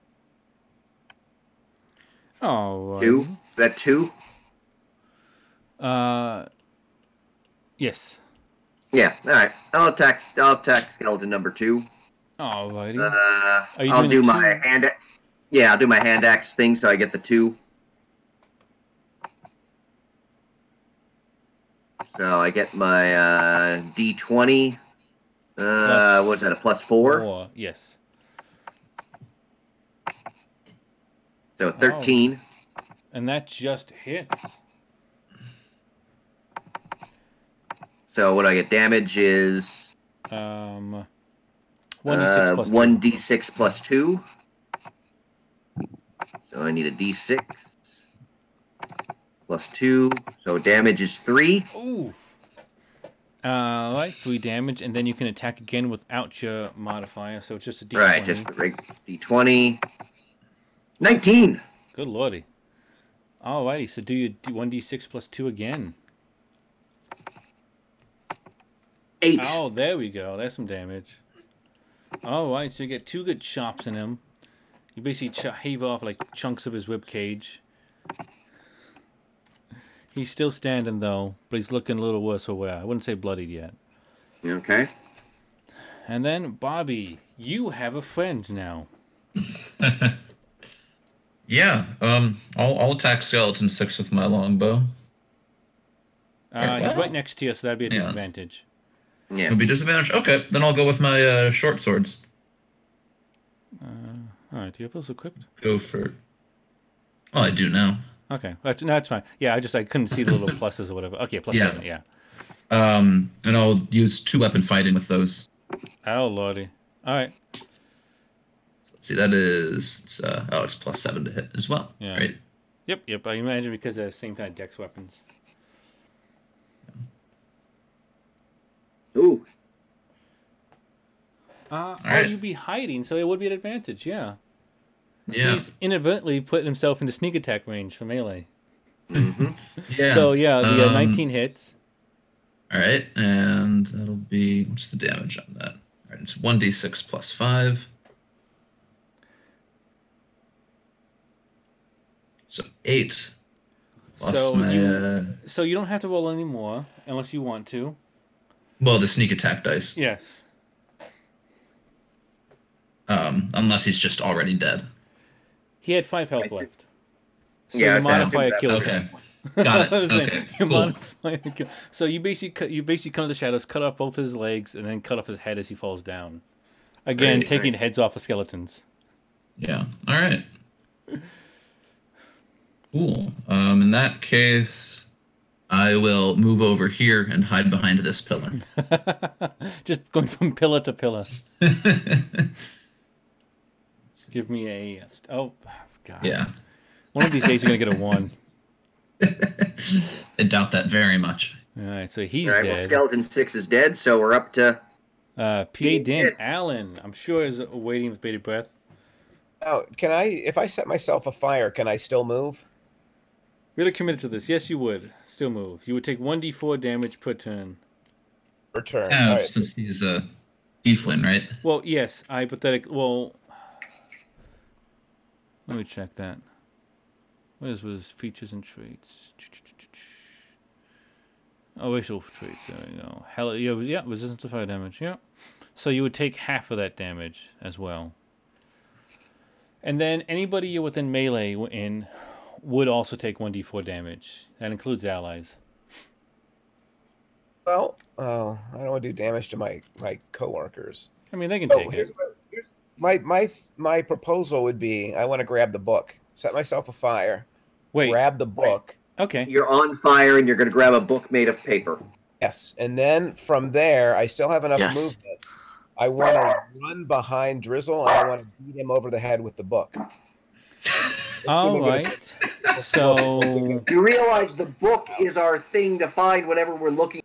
Oh,
Two? Is that two?
Uh, yes.
Yeah. All right. I'll attack. I'll attack skeleton number two.
Alrighty.
Uh,
Are you
I'll
doing
do
the
my
two?
hand. a- Yeah, I'll do my hand axe thing, so I get the two. So I get my uh, D20. Uh,
Plus
what's that? A plus four.
Four, Yes.
So
Oh.
thirteen.
And that just hits.
So what I get damage is
Um, one d six plus
Uh, one
two.
d six plus two. So I need a d six plus two. So damage is three.
Ooh. Uh, all right, three damage, and then you can attack again without your modifier. So it's just a d20.
Right, just the rig D twenty. Nineteen.
Good lordy. Alrighty, so do your d- 1d6 plus 2 again.
Eight.
Oh, there we go. That's some damage. Alright, so you get two good chops in him. You basically ch- heave off like chunks of his rib cage. He's still standing though, but he's looking a little worse for wear. I wouldn't say bloodied yet.
Okay.
And then, Bobby, you have a friend now.
Yeah, um, I'll, I'll attack skeleton six with my longbow.
Uh, he's
well.
right next to you, so that'd be a
Yeah.
disadvantage.
Yeah.
It'll be disadvantage. Okay, then I'll go with my uh, short swords.
Alright, do you have those equipped?
Go for. Well, I do now.
Okay, that's, no, that's fine. Yeah, I just I couldn't see the little pluses or whatever. Okay, plus
Yeah.
seven. Yeah.
Um, and I'll use two weapon fighting with those.
Oh lordy. All right.
Let's see, that is it's, uh, oh, it's plus seven to hit as well.
Yeah.
Right.
Yep. Yep. I imagine because they're the same kind of dex weapons.
Ooh.
Uh,
All right.
Or you'd be hiding, so it would be an advantage. Yeah.
Yeah.
He's inadvertently put himself into sneak attack range for melee.
yeah.
So yeah, the uh,
Um,
19 hits.
All right, and that'll be what's the damage on that? All right, it's one d six plus five. So eight. Plus
So
my,
you
uh,
so you don't have to roll anymore unless you want to.
well, the sneak attack dice.
Yes.
Um, unless he's just already dead.
He had five health
I see.
left. So
Yeah, I
your
see. I
modifier
see that.
kills him.
Okay. Got it.
I was saying,
Okay.
your
Cool.
modifier kill- So you basically cut, you basically come to the shadows, cut off both his legs, and then cut off his head as he falls down. Again,
Great,
taking heads off of skeletons.
Yeah. All right. Cool. Um, in that case, I will move over here and hide behind this pillar.
Just going from pillar to pillar. Give me a st- oh god.
yeah.
One of these days you're gonna get a one.
I doubt that very much.
All right, so he's
All right. Well,
dead.
skeleton six is dead, so we're up to.
uh, PA Dan
dead.
Allen, I'm sure is waiting with bated breath.
Now, can I, if I set myself afire, can I still move?
Really committed to this. Yes, you would. Still move. You would take one d4 damage per turn.
Return.
Yeah,
All right.
since he's a tiefling, right?
Well, yes, hypothetic. Well, let me check that. What is was features and traits? Oh, racial traits. There we go. Hell, yeah, was- yeah, resistance to fire damage. Yeah. So you would take half of that damage as well. And then anybody you're within melee w- in would also take 1d4 damage. That includes allies.
Well, oh, I don't want to do damage to my my coworkers.
I mean, they can
Oh,
take
here's
it.
what, here's my my my proposal would be: I want to grab the book, set myself afire,
Wait.
grab the book.
Okay.
You're on fire, and you're going to grab a book made of paper.
Yes, and then from there, I still have enough
Yes.
movement. I want to run behind Drizzle, and I want to beat him over the head with the book.
All
we're gonna
right. So.
You realize the book is our thing to find whenever we're looking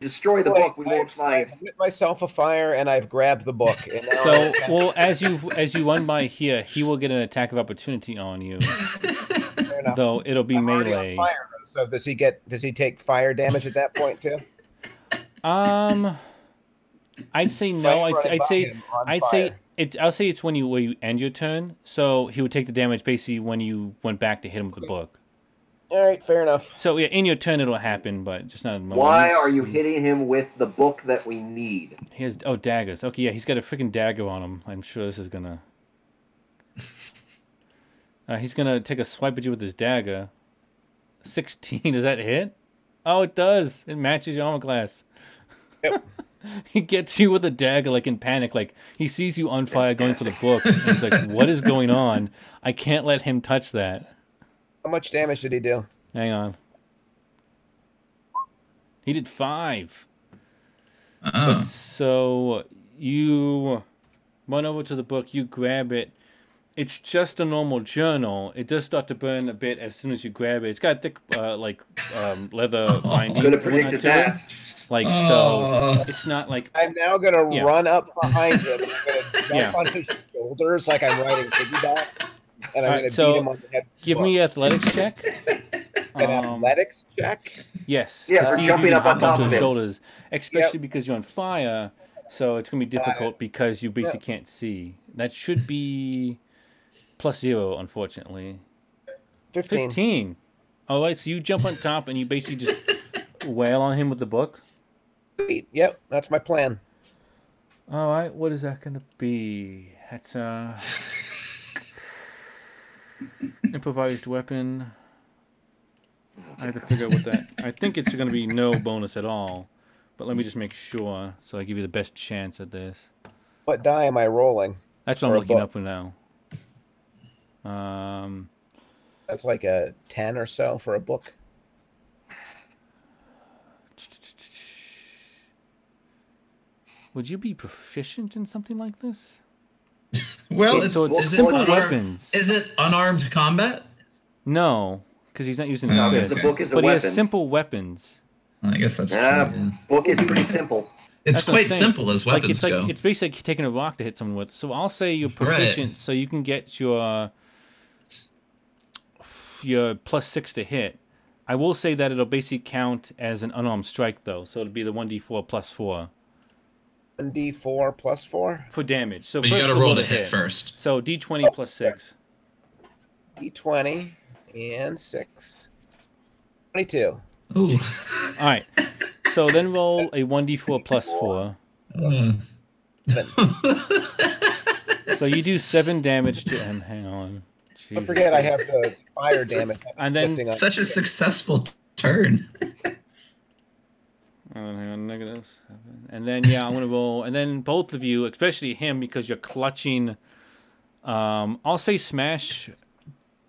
destroy the book. We won't fly it.
I've lit myself a fire and I've grabbed the book. And now
So, well, as you as you run by here, he will get an attack of opportunity on you,
Fair enough.
though it'll be
I'm already on
melee.
fire though, so does he get? Does he take fire damage at that point too?
Um, I'd say
So
no.
you
I'd,
run
say- I'd
by
say
him on
I'd say
fire.
it. I'll say it's when you where you end your turn. So he would take the damage basically when you went back to hit him with the book.
All right, fair enough.
So yeah, in your turn it'll happen, but just not. In the
Why
moment.
are you hitting him with the book that we need?
He has oh daggers. Okay, yeah, he's got a freaking dagger on him. I'm sure this is gonna. Uh, he's gonna take a swipe at you with his dagger. Sixteen, does that hit? Oh, it does. It matches your armor class.
Yep.
he gets you with a dagger, like in panic, like he sees you on fire going for the book. And he's like, "What is going on? I can't let him touch that."
How much damage did he do?
Hang on. He did five.
Oh.
So you run over to the book, you grab it. It's just a normal journal. It does start to burn a bit as soon as you grab it. It's got thick, uh, like, um, leather binding. and
Could
whatnot
have predicted
to
that.
It. Like,
Oh.
so it's not like,
I'm now gonna
Yeah.
run up behind him. and I'm gonna jump
Yeah.
on his shoulders like I'm riding piggyback, and I'm
Alright,
gonna
so
beat him on the head. with the
give
book.
me athletics check.
an
Um,
athletics check.
yes.
Yeah,
to
we're
see if you
jumping
can
up on
hop onto
top of
his
it.
shoulders, especially because you're on fire. So it's gonna be
Got it.
difficult because you basically can't see. That should be plus zero, unfortunately.
15.
15. All right, so you jump on top and you basically just wail on him with the book.
Sweet. Yep, that's my plan.
All right, what is that going to be? That's uh improvised weapon. I have to figure out what that. I think it's going to be no bonus at all, but let me just make sure so I give you the best chance at this.
What die am I rolling?
That's what
For
I'm
a
looking
book.
up for now. Um,
That's like a 10 or so for a book.
would you be proficient in something like this?
Well,
So
it's,
So it's
is it
simple
unarmed-
weapons.
Is it unarmed combat?
No, because he's not using his
No, 'cause
fist.
the
book is a
but he
weapon.
has simple weapons.
I guess that's
Ah,
true. yeah.
book is pretty simple.
It's
That's what I'm
quite
saying.
simple as weapons
like it's
go.
like it's basically like taking a rock to hit someone with. So I'll say you're
Right.
proficient, so you can get your your plus six to hit. I will say that it'll basically count as an unarmed strike though, so it'll be the one d four plus four
1d4 plus 4.
for damage. So
but you got
first
to
we'll
roll
go
to hit first.
So d twenty plus six.
d20 and 6. 22.
Ooh.
All right. So then roll a one d four plus four.
Uh,
So you do seven damage to him. Hang on.
Don't
Jesus.
forget I have the fire damage.
Just-
I'm
and then-
inflicting on-
such a successful turn.
Oh, hang on, negative seven. And then yeah, I'm gonna roll. And then both of you, especially him, because you're clutching. Um, I'll say smash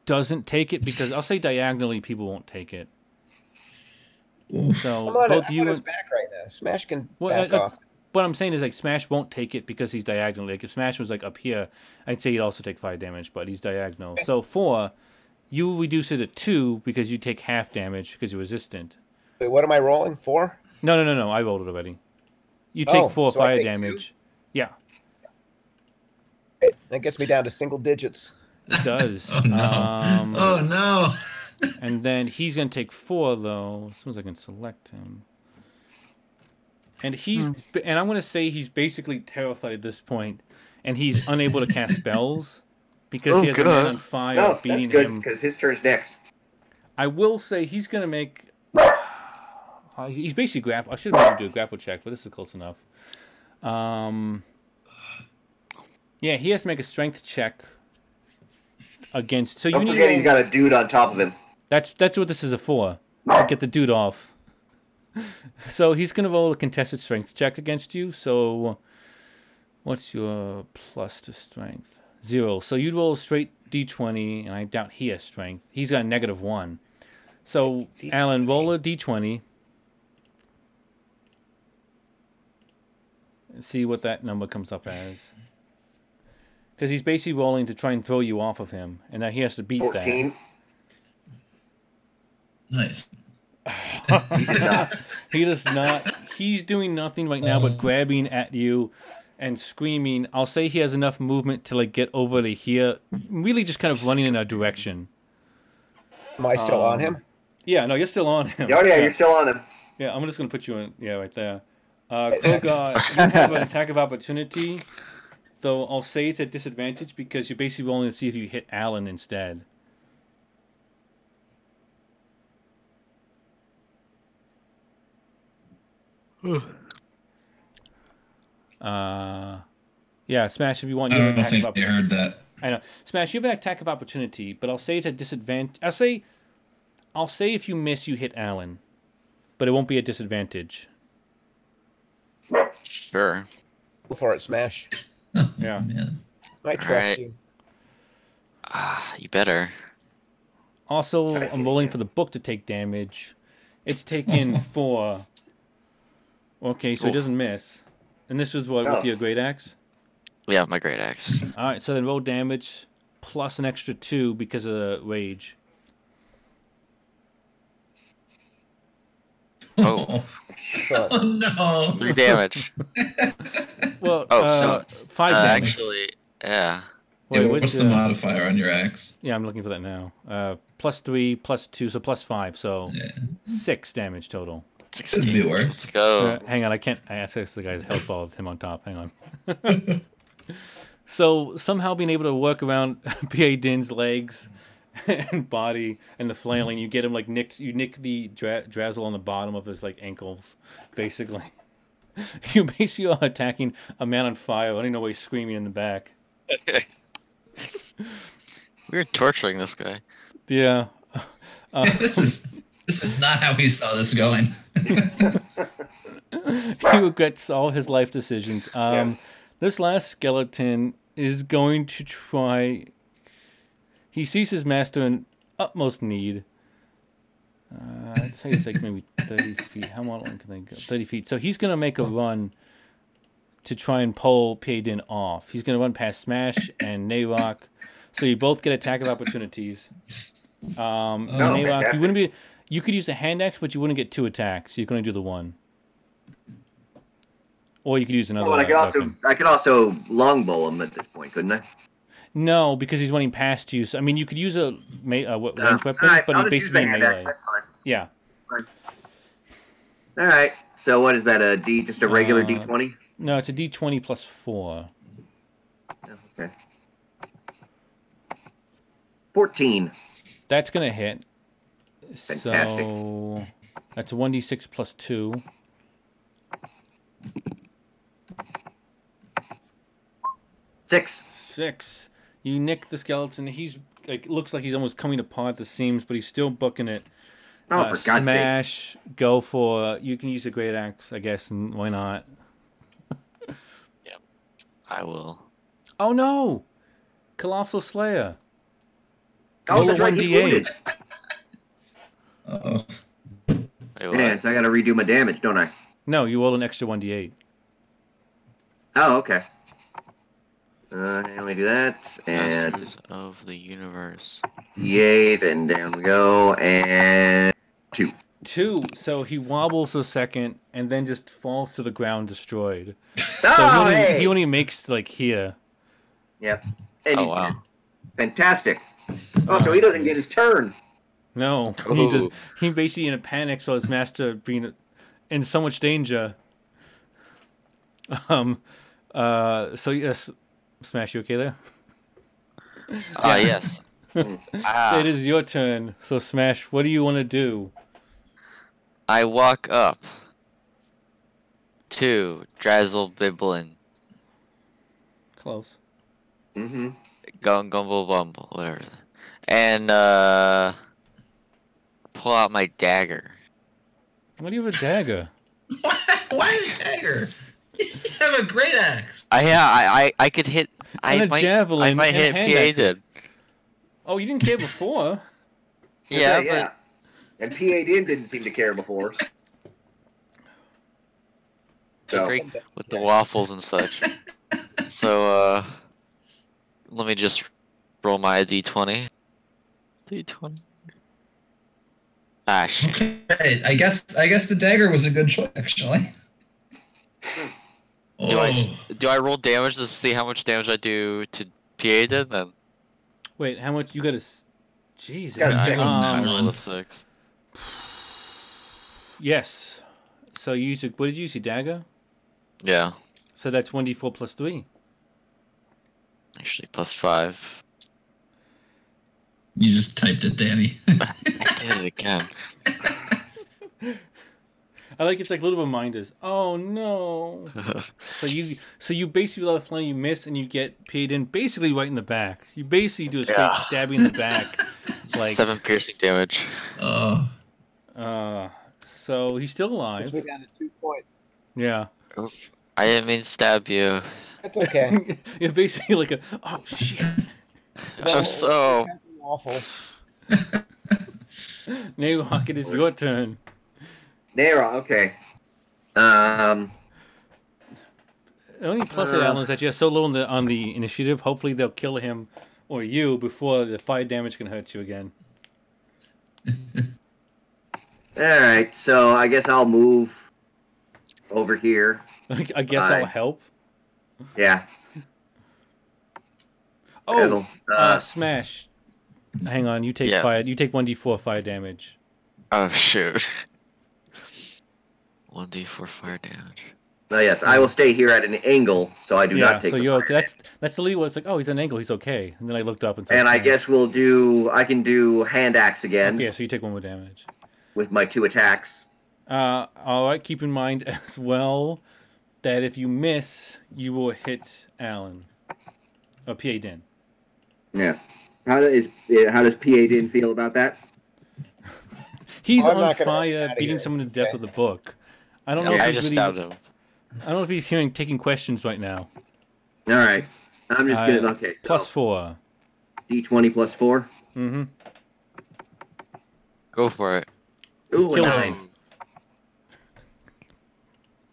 doesn't take it because I'll say diagonally people won't take it.
Oof.
So
I'm on,
both
I'm
you.
on his
and-
back right now. Smash can
Well, uh,
back
I- I-
off.
what I'm saying is like smash won't take it because he's diagonally. Like if smash was like up here, I'd say he'd also take five damage, but he's diagonal. So four, you reduce it to two because you take half damage because you're resistant.
Wait, what am I rolling? 4?
No, no, no, no. I rolled it already. You take
Oh,
four
so I
fire
take two?
damage. Yeah.
That gets me down to single digits.
It does.
Oh, no.
um,
oh no.
And then he's going to take four, though, as soon as I can select him. And
Hmm.
he's, b and I'm going to say he's basically terrified at this point, and he's unable to cast spells because
Oh,
he has a man
God.
on fire
No, that's
beating
good
him.
because his turn's next.
I will say he's going to make. Uh, he's basically grapple. I should have made him do a grapple check, but this is close enough. Um, yeah, he has to make a strength check against. So you
Don't
need to
forget
roll-
he's got a dude on top of him.
that's that's what this is for. To get the dude off. So he's gonna roll a contested strength check against you. So, what's your plus to strength? Zero. So you'd roll a straight d20, and I doubt he has strength. He's got a negative one. So Alan, roll a d20. And see what that number comes up as. Because he's basically rolling to try and throw you off of him, and now he has to beat that.
Fourteen.
Nice.
He did not.
he does not. He's doing nothing right now but grabbing at you and screaming. I'll say he has enough movement to like get over to here. Really, just kind of running in a direction.
Am I still on
Um,
him?
Yeah, no, you're still on him.
Oh yeah,
yeah,
you're still on him.
yeah, I'm just gonna put you in. Yeah, right there. Uh, Koga, you have an attack of opportunity, though I'll say it's a disadvantage because you're basically rolling to see if you hit Alan instead. Uh, yeah, smash if you want.
I
You have an
don't
attack of
think they
opportunity.
heard that.
I know. Smash, you have an attack of opportunity, but I'll say it's a disadvantage. I'll say, I'll say if you miss, you hit Alan, but it won't be a disadvantage.
Sure.
Go for it, Smash.
Yeah.
Oh, Man.
I
All
trust
right.
you.
Ah, you better.
Also, I'm rolling for the book to take damage. It's taken four. Okay, so it
Oof.
doesn't miss. And this is what
Oh.
with your great axe.
Yeah, my great axe.
All right, so then roll damage plus an extra two because of the rage.
Oh.
Excellent.
oh no.
Three damage.
Well,
Oh,
uh,
so-
five
Uh,
damage.
actually, yeah.
Yeah,
Wait,
what's the
uh,
modifier on your axe?
Yeah, I'm looking for that now. Uh, plus three, plus two, so plus five, so
Yeah.
six damage total.
16.
be worse.
Let's go.
Uh, hang on, I can't. I access the guy's health ball with him on top. Hang on. so somehow being able to work around PA Din's legs and body and the flailing, you get him like nicked. You nick the dra- drazzle on the bottom of his like ankles, basically. you basically are attacking a man on fire, running away screaming in the back.
We were torturing this guy.
Yeah. Uh,
this is this is not how he saw this going.
he regrets all his life decisions. Um, This last skeleton is going to try. He sees his master in utmost need. Uh, I'd say it's like maybe 30 feet. How long can they go? 30 feet. So he's going to make a run to try and pull Piedin off. He's going to run past Smash and Narok. So you both get attack of opportunities. Um,
Oh,
Narok, you
fantastic.
wouldn't be. You could use the hand axe, but you wouldn't get two attacks. You're going to do the one. Or you could use another.
Well, I could
uh,
also
weapon.
I could also longbow him at this point, couldn't I?
No, because he's running past you. So, I mean, you could use a, ma- a wa-
Uh,
ranged weapon,
alright,
but
I'll
it's
just use the
basically a
hand
melee.
axe. That's fine.
Yeah,
All right. So what is that? A D? Just a regular
Uh,
D twenty?
no, it's a D twenty plus four.
Oh, Okay. Fourteen.
That's gonna hit.
Fantastic.
So that's a one D six plus two.
Six.
Six. You nick the skeleton. He's like looks like he's almost coming apart at the seams, but he's still booking it.
Oh,
Uh,
for God's sake!
smash. Go for. You can use a great axe, I guess, and why not?
I will.
Oh no! Colossal Slayer.
Oh,
roll
that's
a
right. He's
1d8.
wounded.
Oh,
I will.
Man, so I got to redo my damage, don't I?
No, you roll an extra one D eight.
Oh, okay. Uh, let me do that, and
Masters of the universe.
D8, and down we go, and two.
Two, so he wobbles a second and then just falls to the ground destroyed. So he,
Oh,
only,
hey!
he only makes like here.
Yep. And
Oh
he's dead.
wow.
Fantastic. Oh, so he doesn't get his turn.
No, he does.
Oh.
Ooh.
He basically in a panic saw his master being in so much danger. Um, uh, so yes, smash you okay there?
Ah yes. ah,
It is your turn. So smash, what do you want to do?
I walk up to Drazzle Biblin,
Close.
Mm-hmm.
Gung Gumble Bumble, whatever, it is, and uh, pull out my dagger.
What do you have a dagger?
why, why is dagger? You have a great axe.
I yeah, I I, I could hit. I
And a
might, I
javelin
might
and
hit
hand
PA
axes.
did.
Oh, you didn't care before.
Yeah, but
yeah. And PA did didn't seem to care before. So,
Great. with the waffles and such. so uh let me just roll my d20. D20. Ah, shit.
Okay, I guess I guess the dagger was a good choice actually. Oh,
Do I s- do I roll damage to see how much damage I do to Pieta? Then
Wait, how much you got? A s- Jesus.
Got a six.
I
Um,
roll a six.
yes. So you use a, what did you use? Your dagger.
Yeah,
So that's one d four plus three.
actually plus five.
You just typed it, Danny.
I did it again.
I like it's like little reminders. Oh no. So you so you basically without flying you miss and you get paid in basically right in the back. You basically do a straight
Yeah.
stabbing in the back. Like-
Seven piercing damage.
oh,
Uh, so he's still
Puts
alive.
me down to two points.
Yeah.
I didn't mean to stab you.
That's okay.
You're basically like a oh shit.
No,
I'm so.
have some Waffles.
Now Rocket it's your turn.
Nera, okay. Um,
The only plus of
Uh.
that one is that you're so low on the on the initiative. Hopefully they'll kill him or you before the fire damage can hurt you again.
all right, so I guess I'll move over here.
Like, I guess
Aye.
I'll help.
Yeah.
Oh,
it'll-
uh,
uh,
smash. Hang on, you take
Yes.
fire. You take one d four fire damage.
Oh shoot. One d four fire damage.
oh, yes, I will stay here at an angle, so I do
yeah,
not take.
so
the
you're
fire
that's that's the lead was like, oh, he's an angle, he's okay. And then I looked up and saw
damage. And I
fire.
guess we'll do. I can do hand axe again
yeah, so you take one more damage.
with my two attacks.
Uh, all right, keep in mind as well that if you miss, you will hit Alan. Or PA Den.
Yeah. How does how does PA didn't feel about that?
He's
I'm
on
not gonna get
fire
outta
beating
here,
someone to death
okay?
with a book. I don't know
Yeah, I
if
just
he's
stabbed
really,
him.
I don't know if he's hearing taking questions right now.
All right, I'm just
Uh,
gonna okay. So
Plus four.
D20 plus four.
Mm-hmm.
Go for it.
Ooh, a
Kill
nine.
him.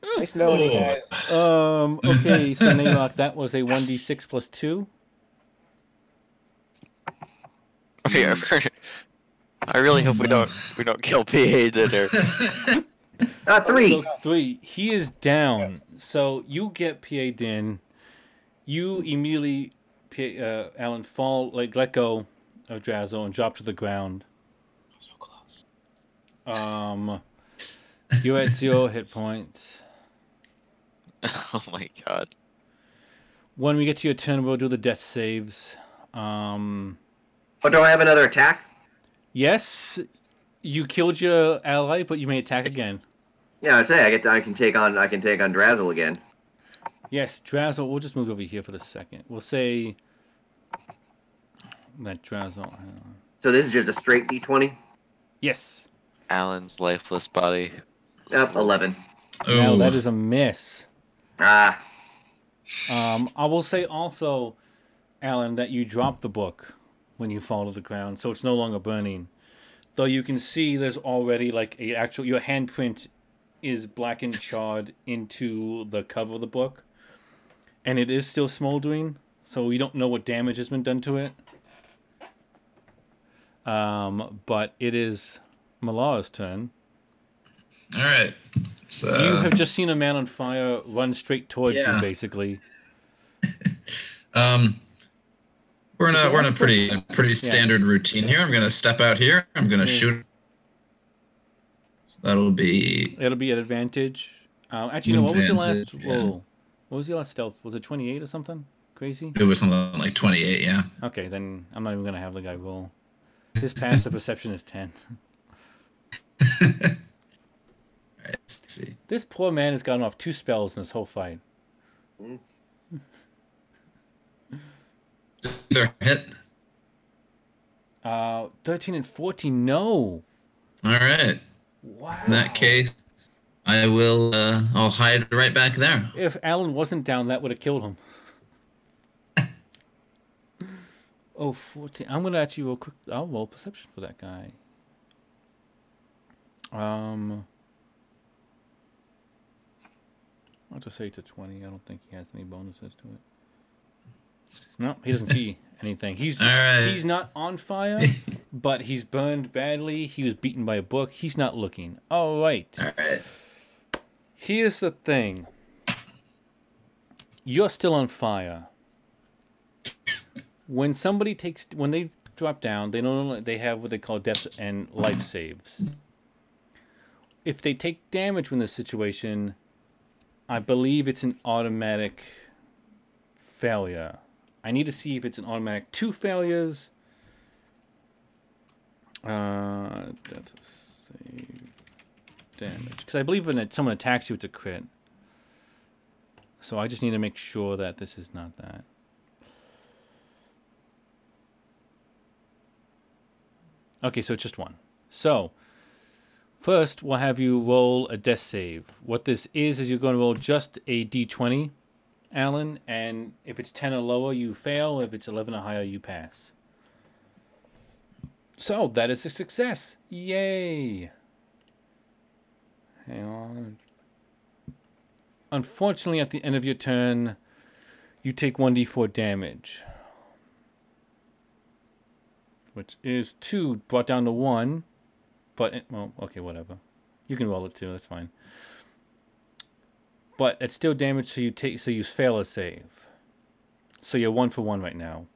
At least knowing you
Oh.
guys.
Um. Okay. So Naylock, that was a one d six plus two. Hmm.
Yeah, I really hope we don't we don't kill PA dinner.
Uh,
So
three.
three. He is down. So you get PA Din. You immediately, PA, uh, Alan, fall like let go of Drazzle and drop to the ground.
So close.
Um. You're at zero hit points.
oh my god.
When we get to your turn, we'll do the death saves. Um.
But do I have another attack?
Yes, you killed your ally, but you may attack again.
Yeah, I say I get. I can take on. I can take on Drazzle again.
Yes, Drazzle. We'll just move over here for the second. We'll say that Drazzle. hang on.
So this is just a straight D20.
Yes.
Alan's lifeless body.
Up 11.
oh,
Now that is a miss.
Ah,
Um, I will say also, Alan, that you drop the book when you fall to the ground, so it's no longer burning. Though you can see there's already like a actual your handprint is black and charred into the cover of the book, and it is still smoldering, so you don't know what damage has been done to it. Um, but it is Malara's turn.
all right. uh, So
you have just seen a man on fire run straight towards
Yeah.
you, basically.
Um, we're in a we're in a pretty a pretty standard routine here. I'm gonna step out here. I'm gonna
Yeah.
shoot. So that'll be
It'll be an advantage. Um, actually, no. What was your last
Advantage, yeah.
roll? What was your last stealth? Was it twenty-eight or something crazy?
it was something like 28. Yeah.
Okay, then I'm not even gonna have the guy roll. His passive perception is ten.
All right, let's see.
This poor man has gotten off two spells in this whole fight.
Either hit.
Uh, thirteen and fourteen. No.
All right.
Wow.
In that case, I will. Uh, I'll hide right back there.
If Alan wasn't down, that would have killed him. oh, 14. I'm going to actually roll quick. I'll roll perception for that guy. Um. I'll just say to 20. I don't think he has any bonuses to it. No, he doesn't see anything. He's
All right.
he's not on fire, but he's burned badly. He was beaten by a book. He's not looking. All right.
All right.
Here's the thing. You're still on fire. When somebody takes when they drop down, they don't they have what they call death and life saves. If they take damage from this situation, I believe it's an automatic failure. I need to see if it's an automatic two failures. Uh, death save damage because I believe when it, someone attacks you, it's a crit. So I just need to make sure that this is not that. Okay, so it's just one. So first, we'll have you roll a death save. What this is is you're going to roll just a d20, Alan, and if it's 10 or lower, you fail. If it's 11 or higher, you pass. So that is a success. Yay! Hang on. Unfortunately, at the end of your turn, you take 1d4 damage. Which is 2 brought down to 1. But, it, well, okay, whatever. You can roll it too, that's fine. But it's still damage, so you take, so you fail a save. So you're one for one right now.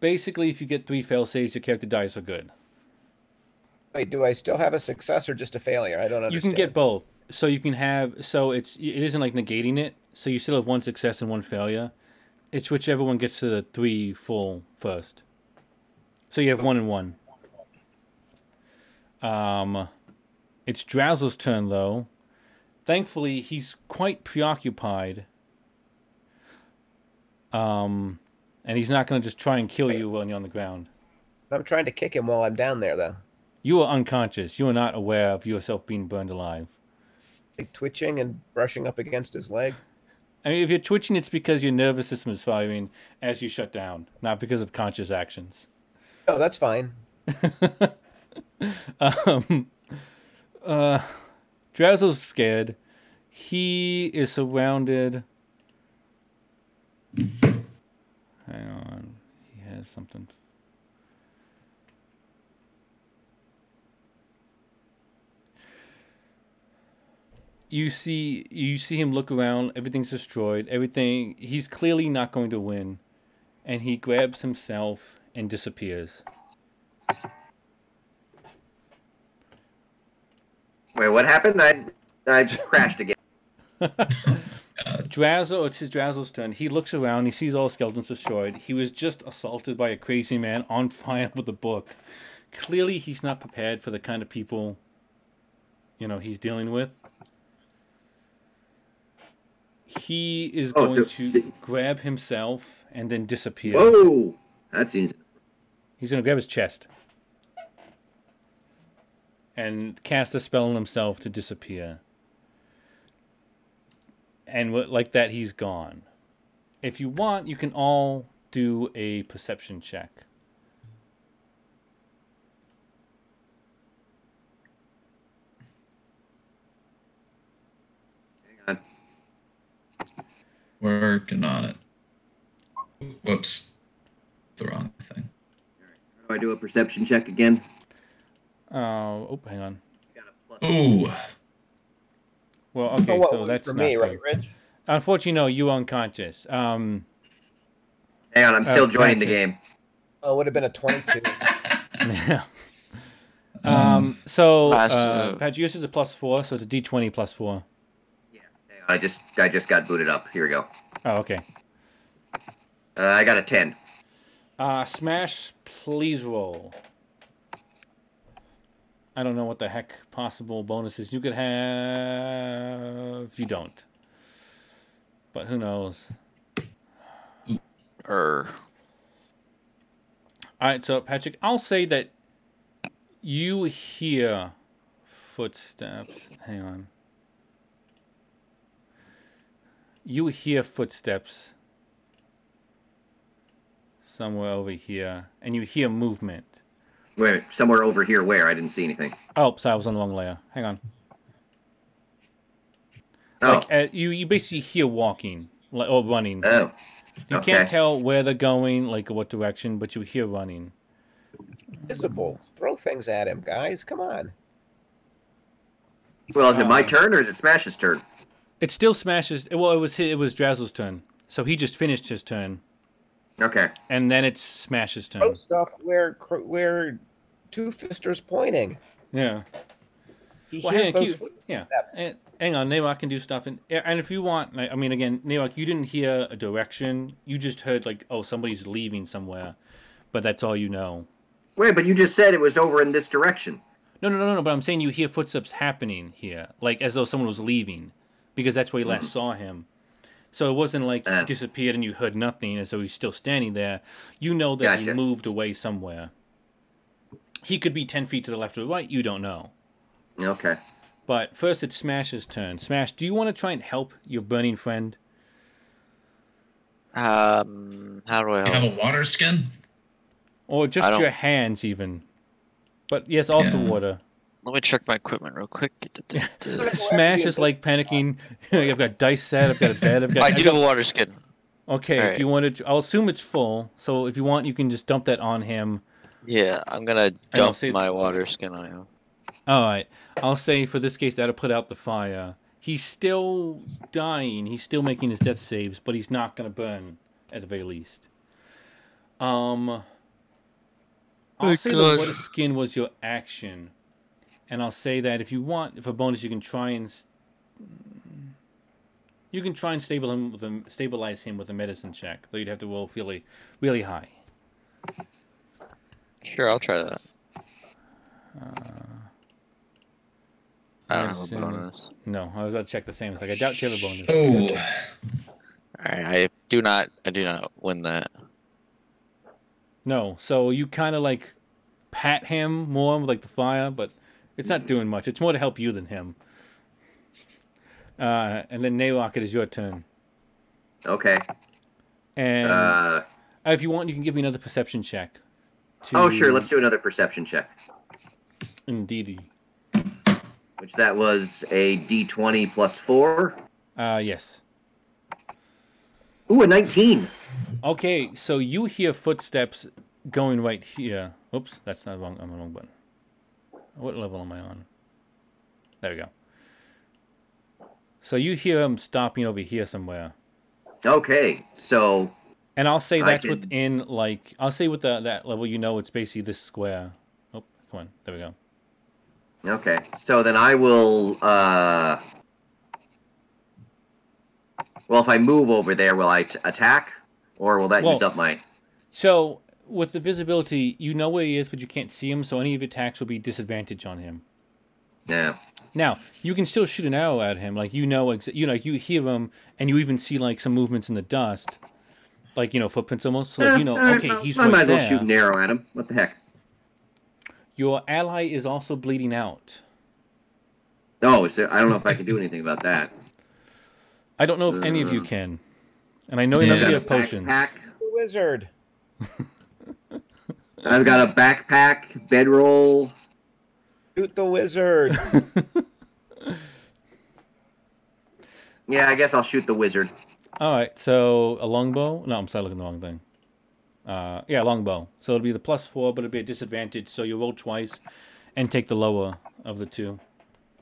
Basically, if you get three fail saves, your character dies for good.
Wait, do I still have a success or just a failure? I don't understand.
You can get both. So you can have so it's it isn't like negating it. So you still have one success and one failure. It's whichever one gets to the three full first. So you have one and one. Um, it's Drowsel's turn though. Thankfully, he's quite preoccupied. Um, and he's not going to just try and kill you when you're on the ground.
I'm trying to kick him while I'm down there, though.
You are unconscious. You are not aware of yourself being burned alive.
Like twitching and brushing up against his leg.
I mean, if you're twitching, it's because your nervous system is firing as you shut down, not because of conscious actions.
Oh, that's fine.
Um, uh, Drowsel's scared. He is surrounded. Hang on. He has something. You see, you see him look around. Everything's destroyed. Everything. He's clearly not going to win, and he grabs himself and disappears.
Wait, what happened? I I crashed again.
Drazzle, it's his Drazzle's turn. He looks around, he sees all skeletons destroyed. He was just assaulted by a crazy man on fire with a book. Clearly, he's not prepared for the kind of people, you know, he's dealing with. He is
Oh,
going
so-
to grab himself and then disappear.
Whoa, that seems.
He's going to grab his chest and cast a spell on himself to disappear. And wi- like that, he's gone. If you want, you can all do a perception check.
Hang on.
Working on it. Whoops. The wrong thing.
Do I do a perception check again?
Uh, oh, hang on.
Got a plus.
Ooh.
Well,
Oh,
okay,
what
so
one
that's
for
not
me,
good.
right, Rich?
Unfortunately, no, you are unconscious. Um,
Hang on, I'm still
Uh,
joining the
gotcha.
game.
Oh, it would have been a 22.
um, so
Pass,
uh,
uh,
Patrius is a plus four, so it's a D twenty plus four.
Yeah, hang on, I just I just got booted up. Here we go.
Oh, okay.
Uh, I got a ten.
Uh, smash, please roll. I don't know what the heck possible bonuses you could have. You don't. But who knows?
Er.
All right, so Patrick, I'll say that you hear footsteps. Hang on. You hear footsteps somewhere over here, and you hear movement.
Wait, a minute, somewhere over here. Where I didn't see anything.
Oh, sorry, I was on the wrong layer. Hang on.
Oh,
Like uh, you, you basically hear walking like, or running.
oh,
you
okay.
can't tell where they're going, like what direction, but you hear running.
visible. Throw things at him, guys. Come on.
Well, is it my
Um,
turn or is it Smash's turn?
It still smashes. Well, it was hi- it was Drazzle's turn, so he just finished his turn,
Okay.
and then it's Smash's turn.
Throw stuff where cr- where Two Fister's pointing.
Yeah.
He
Well,
hears
hang on,
those
Q- yeah,
footsteps.
And, hang on, Nawak can do stuff, and and if you want, like, I mean, again, Nawak, you didn't hear a direction. You just heard like, oh, somebody's leaving somewhere, but that's all you know.
Wait, but you just said it was over in this direction.
No, no, no, no. But I'm saying you hear footsteps happening here, like as though someone was leaving, because that's where you
Mm.
last saw him. So it wasn't like he
Uh.
disappeared and you heard nothing, and so he's still standing there. You know that he
Gotcha.
moved away somewhere. He could be ten feet to the left or the right. You don't know.
Okay.
But first, it's Smash's turn. Smash, do you want to try and help your burning friend?
Um, how do I
You have
help?
a water skin?
Or just
I don't-
your hands, even. But yes, also
Yeah.
water.
Let me check my equipment real quick.
Smash is like panicking. I've got dice set. I've got a bed. I've got.
I
I've
do
got-
have a water skin.
okay.
Alright.
Do you want to? I'll assume it's full. So if you want, you can just dump that on him.
Yeah, I'm gonna
I don't
dump
see it.
my water skin on him.
All right. I'll say for this case that'll put out the fire. He's still dying. He's still making his death saves, but he's not gonna burn at the very least. Um. I'll
Oh,
say
God.
the water skin was your action, and I'll say that if you want, for bonus, you can try and s- you can try and stable him with a, stabilize him with a medicine check, though you'd have to roll really, really high.
Sure, I'll try that.
Uh,
I don't have a
medicine is-
bonus.
No, I was about to check the same. It's like I doubt you have a bonus.
Oh,
All right, I do not. I do not win that.
No, so you kind of like pat him more with like the fire, but it's not doing much. It's more to help you than him. Uh, and then Nawak, it is your turn.
Okay.
And uh,
Uh,
if you want, you can give me another perception check. to-
oh, sure. Let's do another perception check,
Indeedy.
which that was a D20 plus four.
Uh, yes.
Ooh, a 19.
Okay, so you hear footsteps going right here. Oops, that's not wrong. I'm on the wrong button. What level am I on? There we go. So you hear him stopping over here somewhere.
Okay. So,
And I'll say
I
that's
can-
within like I'll say with the, that level you know it's basically this square. Oh, come on, there we go.
okay. So then I will. Uh, well, if I move over there, will I t- attack? Or will that
Well-
use up my.
So with the visibility, you know where he is, but you can't see him, so any of your attacks will be disadvantage on him.
Yeah.
Now you can still shoot an arrow at him, like you know, ex- you know, you hear him, and you even see like some movements in the dust, like you know footprints almost. So like, you know,
Eh, alright,
okay,
well,
he's
I
right
might as well
there.
shoot an arrow at him. What the heck?
Your ally is also bleeding out.
Oh, is there, I don't know if I can do anything about that.
I don't know if any of you
Mm.
can, and I know none of
Yeah.
you have potions.
Backpack.
The wizard.
I've got a backpack, bedroll.
Shoot the wizard.
Yeah, I guess I'll shoot the wizard.
All right, so a longbow. No, I'm sorry, looking at the wrong thing. Uh, yeah, longbow. So it'll be the plus four, but it'll be a disadvantage. So you roll twice, and take the lower of the two,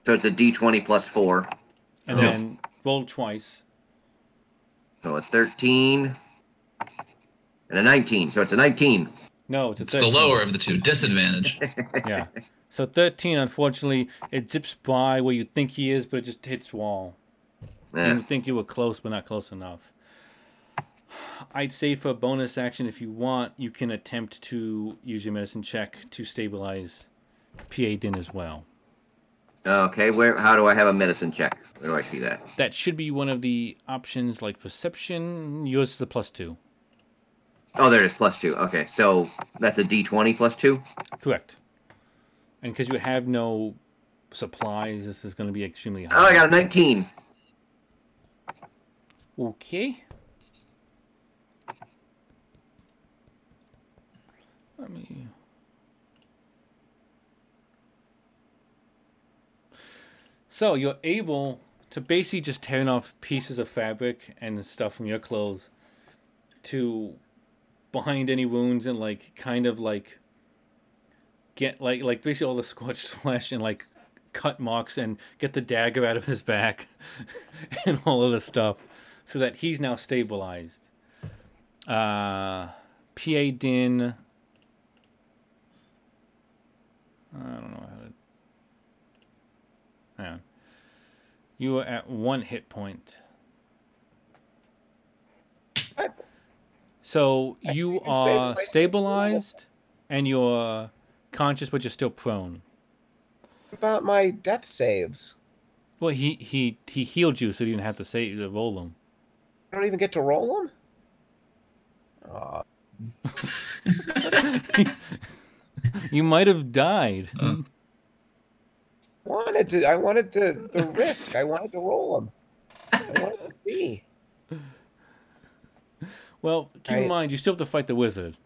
So it's a d20 plus 4.
and
Oh.
then roll twice.
So a 13 and a 19. So it's a 19.
No, it's a
it's the
13.
lower of the two. Disadvantage.
yeah. So 13, unfortunately, it zips by where you think he is, but it just hits wall.
Eh,
You think you were close, but not close enough. I'd say for a bonus action, if you want, you can attempt to use your medicine check to stabilize PA Din as well.
Okay, where? how do I have a medicine check? Where do I see that?
That should be one of the options like perception. Yours is a plus two.
Oh, there it is, plus 2. Okay, so that's a d20 plus 2?
Correct. And because you have no supplies, this is going to be extremely high.
Oh, I got a 19.
Okay. Let me. So you're able to basically just tearing off pieces of fabric and stuff from your clothes to bind any wounds and like kind of like get like like basically all the scorched flesh and like cut marks and get the dagger out of his back and all of the stuff so that he's now stabilized. Uh, PA Din. I don't know how to. Hang on. You are at one hit point.
What?
So
I
you
can save
are
myself.
stabilized and you're conscious, but you're still prone.
What about my death saves?
Well, he he he healed you, so you didn't have to say to roll him.
I don't even get to roll them? Aw,
You might have died.
Uh.
wanted to. I wanted the the risk. I wanted to roll them. I wanted to see.
Well, keep
Right.
in mind you still have to fight the wizard.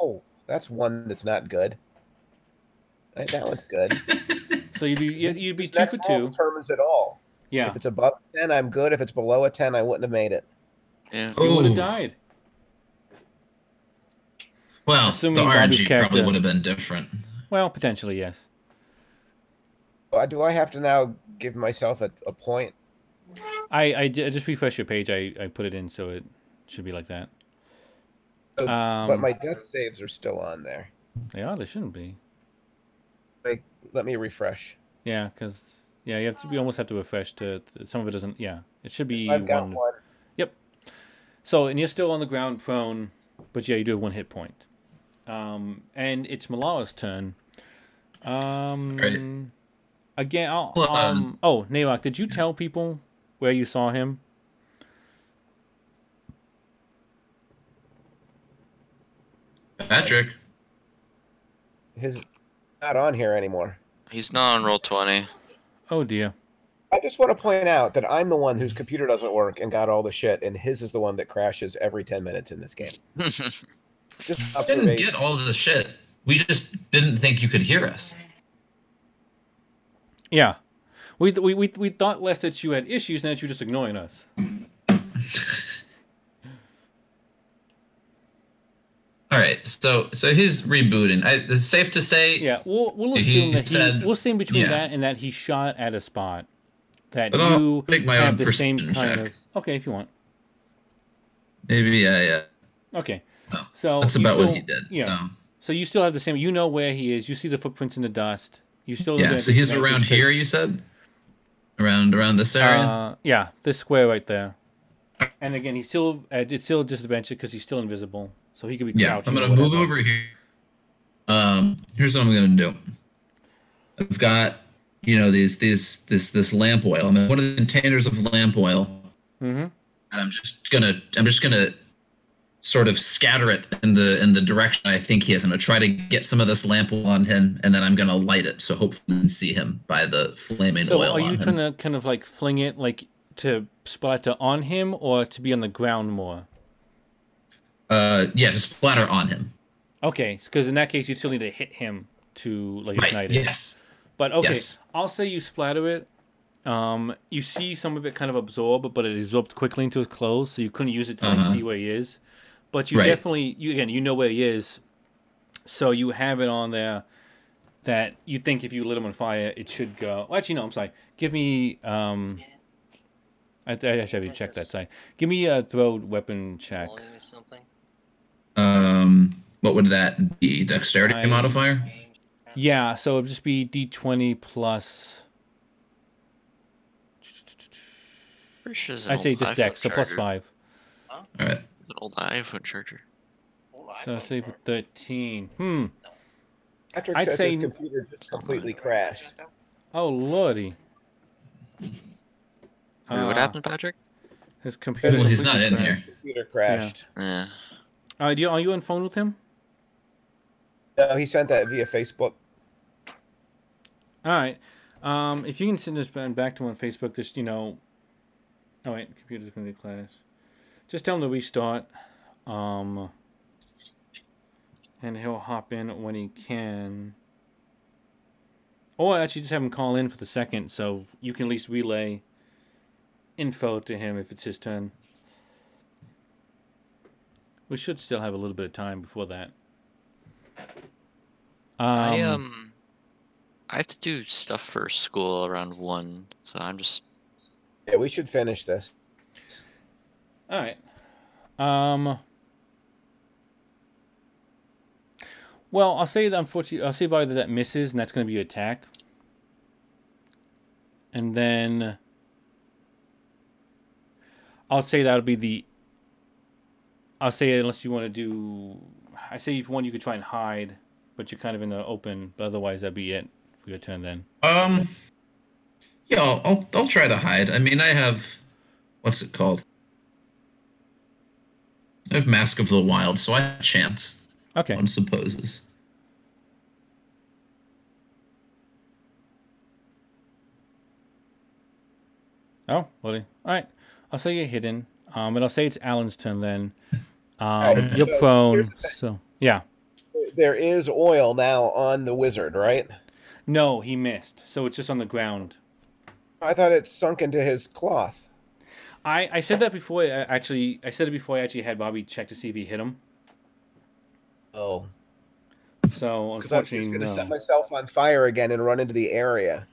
Oh, that's one that's not good. Right, that one's good.
So you'd be
This-
you'd be
this
two
next
for
roll
two.
Determines it all.
Yeah,
If it's above a ten, I'm good. If it's below a ten, I wouldn't have made it.
Yeah.
you would
Ooh.
have died.
Well,
Assuming
the
Bobby's
RNG
character-
probably would have been different.
Well, potentially yes.
Uh, Do I have to now give myself a, a point?
I I di- I just refresh your page. I I put it in, so it should be like that.
Oh,
Um,
but my death saves are still on there.
they are. They shouldn't be.
Like, let me refresh.
Yeah, because yeah, you have to. You almost have to refresh to. to- Some of it doesn't. Yeah, it should be.
I've got one.
So, and you're still on the ground prone, but yeah, you do have one hit point. Um, and it's Malara's turn. Um,
Alright.
Again, I'll,
Well, um,
um, oh, Narok, did you tell people where you saw him?
Patrick,
His not on here anymore.
He's not on roll twenty.
Oh dear.
I just want to point out that I'm the one whose computer doesn't work and got all the shit, and his is the one that crashes every ten minutes in this game. Just an
didn't
observation.
get all the shit. We just didn't think you could hear us.
Yeah. We, we, we, we thought less that you had issues than that you were just ignoring us.
All right, so so he's rebooting. I, it's safe to say,
Yeah, we'll, we'll
He
assume that
said-
he, we'll assume between
yeah.
that and that he shot at a spot that
But I'll
you
make my
have
own
the same
perception
kind
check.
of. Okay, if you want.
maybe yeah, yeah.
Okay.
No,
So
Oh, That's
you
about what
still-
he did.
Yeah.
so.
So you still have the same. You know where he is. You see the footprints in the dust. You still.
Yeah,
have
so he's
disadvantage
around
'cause-
here, you said? Around around this area?
Uh, yeah, this square right there. And again, he's still. Uh, it's still a disadvantage because he's still invisible. So he could be
yeah,
crouching.
I'm
or
going to move
whatever.
over here. Um, here's what I'm going to do. I've got, you know, these these this this lamp oil. I'm in one of the containers of lamp oil, and
Mhm.
I'm just going to I'm just going to sort of scatter it in the in the direction I think he is. I'm going to try to get some of this lamp oil on him and then I'm going to light it so hopefully I can see him by the flaming
So
oil.
are you
on
trying
him.
to kind of like fling it like to splatter on him or to be on the ground more?
uh yeah, to splatter on him.
Okay, because in that case, you still need to hit him to like
Right.
ignite it.
Yes.
But okay,
Yes.
I'll say you splatter it. Um, you see some of it kind of absorb, but it absorbed quickly into his clothes, so you couldn't use it to like,
Uh-huh.
see where he is. But you
Right.
definitely, you again, you know where he is, so you have it on there that you think if you lit him on fire, it should go. Well, actually, no, I'm sorry. Give me um, I, I actually have you check that. Sorry, give me a throw weapon check.
Bowling or something?
Um, what would that be? Dexterity
I-
modifier?
Yeah, so it'd just be D20 plus.
Pretty sure it's an
I say
old
just
iPhone
dex, so plus
charger.
five.
All right.
It's an old iPhone charger.
Well, I
So
don't
save
know.
with 13. Hmm.
Patrick
I'd
says
say-
his computer just completely crashed.
Oh, lordy.
Wait, what
Ah,
happened, Patrick?
His computer.
Well, he's not
completely
in
crashed.
here.
Computer crashed.
um,
Yeah.
Uh, do you, are you on phone with him?
No, he sent that via Facebook.
All right. Um, if you can send this man back to him on Facebook, this, you know. Oh, wait, computer's going to be class. Just tell him to restart. Um, and he'll hop in when he can. Or actually, just have him call in for the second so you can at least relay info to him if it's his turn. We should still have a little bit of time before that.
I um, I have to do stuff for school around one, so I'm just
Yeah, we should finish this.
All right. Um. Well, I'll say that unfortunately, I'll say either that misses, and that's going to be your attack. And then I'll say that'll be the. I'll say unless you want to do, I say if one you could try and hide, but you're kind of in the open. But otherwise, that'd be it for your turn then.
Um, yeah, I'll, I'll I'll try to hide. I mean, I have what's it called? I have Mask of the Wild, so I have a chance.
Okay.
One supposes.
Oh, bloody. All right. I'll say you're hidden. Um, and I'll say it's Alan's turn then. Um,
Alright,
you're
so
prone.
here's the-
So yeah.
There is oil now on the wizard, right?
No, he missed. So it's just on the ground.
I thought it sunk into his cloth.
I, I said that before. I actually, I said it before. I actually had Bobby check to see if he hit him.
Oh,
So
because I was going
unfortunately,
to set
no.
myself on fire again and run into the area.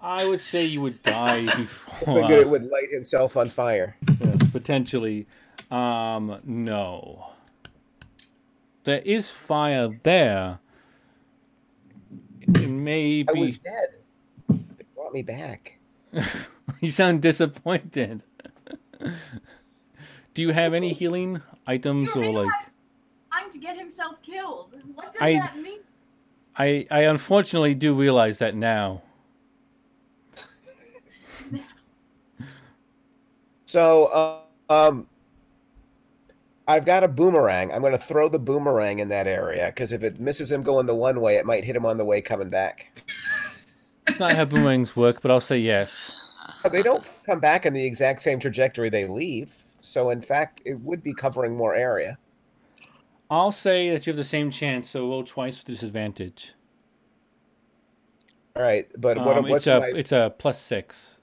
I would say you would die before
Figured it would light himself on fire.
Yeah, potentially. Um, no. There is fire there. It may
I
be.
was dead. They brought me back.
You sound disappointed. Do you have any healing items
You
or
realize
like
trying to get himself killed. What does
I-
that mean?
I I unfortunately do realize that now.
So, uh, um, I've got a boomerang. I'm going to throw the boomerang in that area because if it misses him going the one way, it might hit him on the way coming back.
It's not how boomerangs work, but I'll say yes.
But they don't come back in the exact same trajectory they leave. So, in fact, it would be covering more area.
I'll say that you have the same chance, so roll twice with disadvantage.
All right, but what,
Um, it's
what's
a
my
it's a plus six.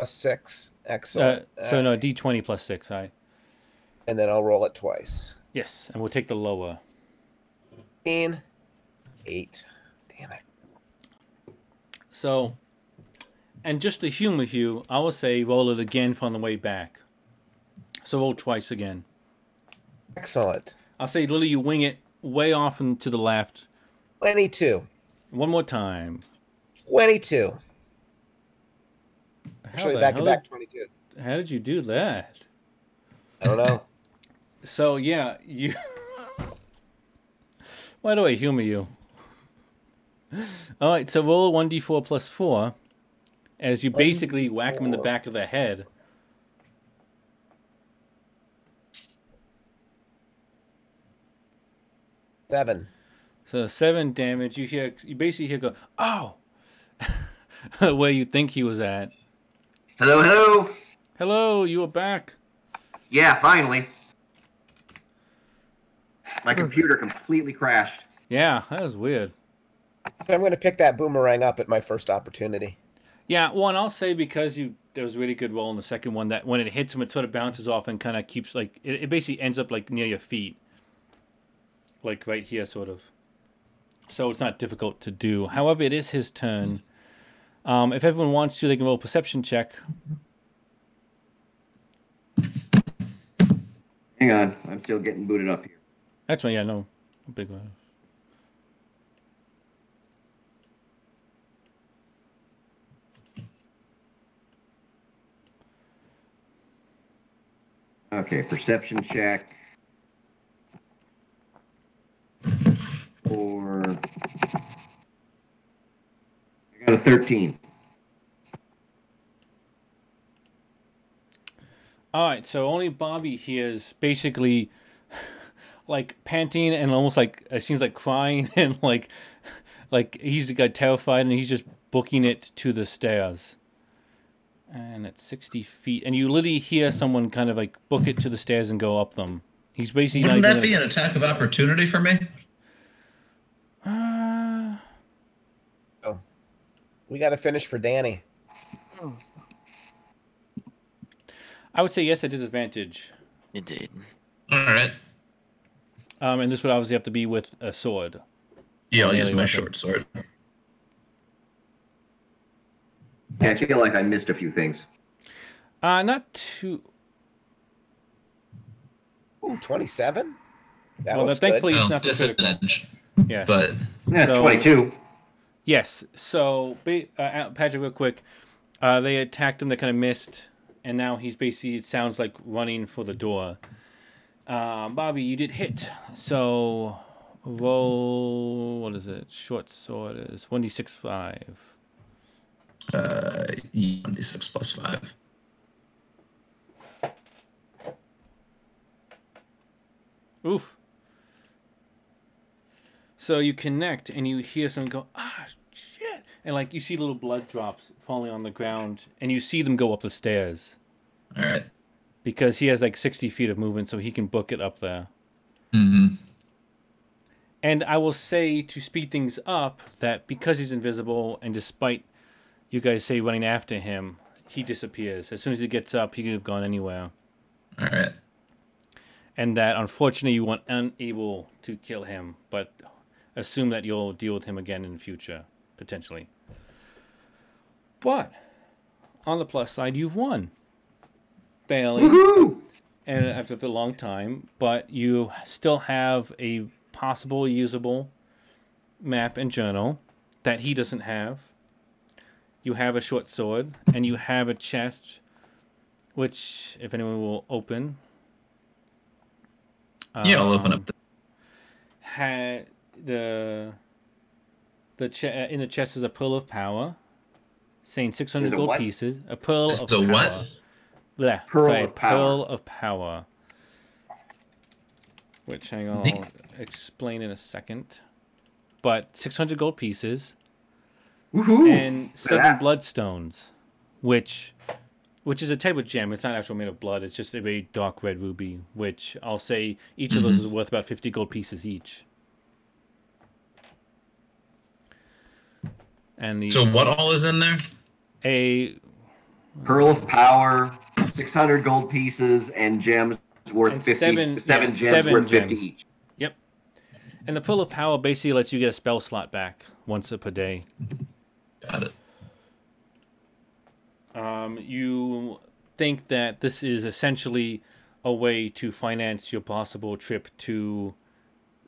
a six?
Uh,
Excellent.
so
Uh,
no, D twenty plus six. I
and then I'll roll it twice.
yes, and we'll take the lower.
18, eight. Damn it.
So, and just to humor you, I will say roll it again from the way back. So roll twice again.
Excellent.
I'll say literally you wing it way off and to the left.
22.
One more time.
22.
How
Actually,
the
back to
hell
back 22s.
did- How did you do that?
I don't know.
So yeah, you. Why do I humor you? All right, so roll one d four plus four, as you basically whack him in the
1d4.
back of the head.
Seven.
So seven damage. You hear, you basically hear go, oh, where you think he was at.
Hello, hello.
Hello, you are back.
Yeah, finally. My computer completely crashed.
Yeah, that was weird.
I'm going to pick that boomerang up at my first opportunity.
Yeah, one I'll say because you there was a really good roll in the second one that when it hits him, it sort of bounces off and kind of keeps like it, it basically ends up like near your feet, like right here, sort of. So it's not difficult to do. However, it is his turn. Um, if everyone wants to, they can roll a perception check.
Hang on, I'm still getting booted up here.
That's right. Yeah, no, a big one.
Okay, perception check. Or I got a 13.
All right, so only Bobby hears basically like panting and almost like it seems like crying and like like he's got terrified and he's just booking it to the stairs. And it's 60 feet. And you literally hear someone kind of like book it to the stairs and go up them. He's basically
Wouldn't
not
that be
even
an attack of opportunity for me?
gonna- Uh,
We got to finish for Danny.
I would say yes at disadvantage.
indeed.
All right.
Um, and this would obviously have to be with a sword.
Yeah, I'll
Melee
use my
weapon.
short sword.
I feel like I missed a few things.
Uh, not too.
Ooh, 27? That
well,
looks
that thankfully
Well,
it's not too critical.
disadvantage,
Yeah.
but
Yeah,
So-
22.
Yes. So, ba- uh, Al- Patrick, real quick, uh, they attacked him. They kind of missed, and now he's basically. It sounds like running for the door. Uh, Bobby, you did hit. So, roll. What is it? Short sword is one d six five.
uh, one d six plus five.
Oof. So you connect, and you hear someone go, ah, shit, and like you see little blood drops falling on the ground, and you see them go up the stairs.
All right.
because he has like 60 feet of movement, so he can book it up there.
Mm-hmm.
And I will say to speed things up that because he's invisible and despite you guys say running after him, he disappears. As soon as he gets up, he could have gone anywhere.
All right.
And that unfortunately you weren't unable to kill him, but assume that you'll deal with him again in the future, potentially. But on the plus side, you've won. Bailey.
Woohoo!
and after a long time, but you still have a possible usable map and journal that he doesn't have. You have a short sword, and you have a chest, which, if anyone will open,
Yeah, I'll open
um,
up. The,
had the the che- uh, in the chest is a pearl of power, saying six
Is
hundred
it
gold
what?
pieces. A pearl
Is
of
the
power.
what?
Yeah,
Pearl
sorry,
of power.
pearl of power. Which hang on, I'll
Nick.
explain in a second. But six hundred gold pieces
Woohoo!
and seven
that.
bloodstones, which which is a type of gem. It's not actual made of blood. It's just a very dark red ruby, which I'll say each of those is worth about fifty gold pieces each. And the
so what all is in there?
a
Pearl of Power, 600 gold pieces, and gems worth
And
50.
seven- yeah,
gems
seven
worth 50
gems.
each.
Yep. And the Pearl of Power basically lets you get a spell slot back once per day.
Got it.
Um, you think that this is essentially a way to finance your possible trip to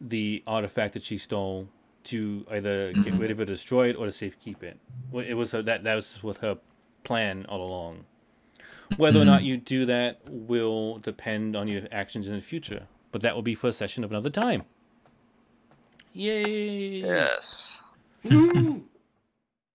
the artifact that she stole to either get rid of it, destroy it, or to safekeep it. Well, It was her, that that was with her plan all along. Whether or not you do that will depend on your actions in the future, but that will be for a session of another time. Yay!
Yes.
Woo!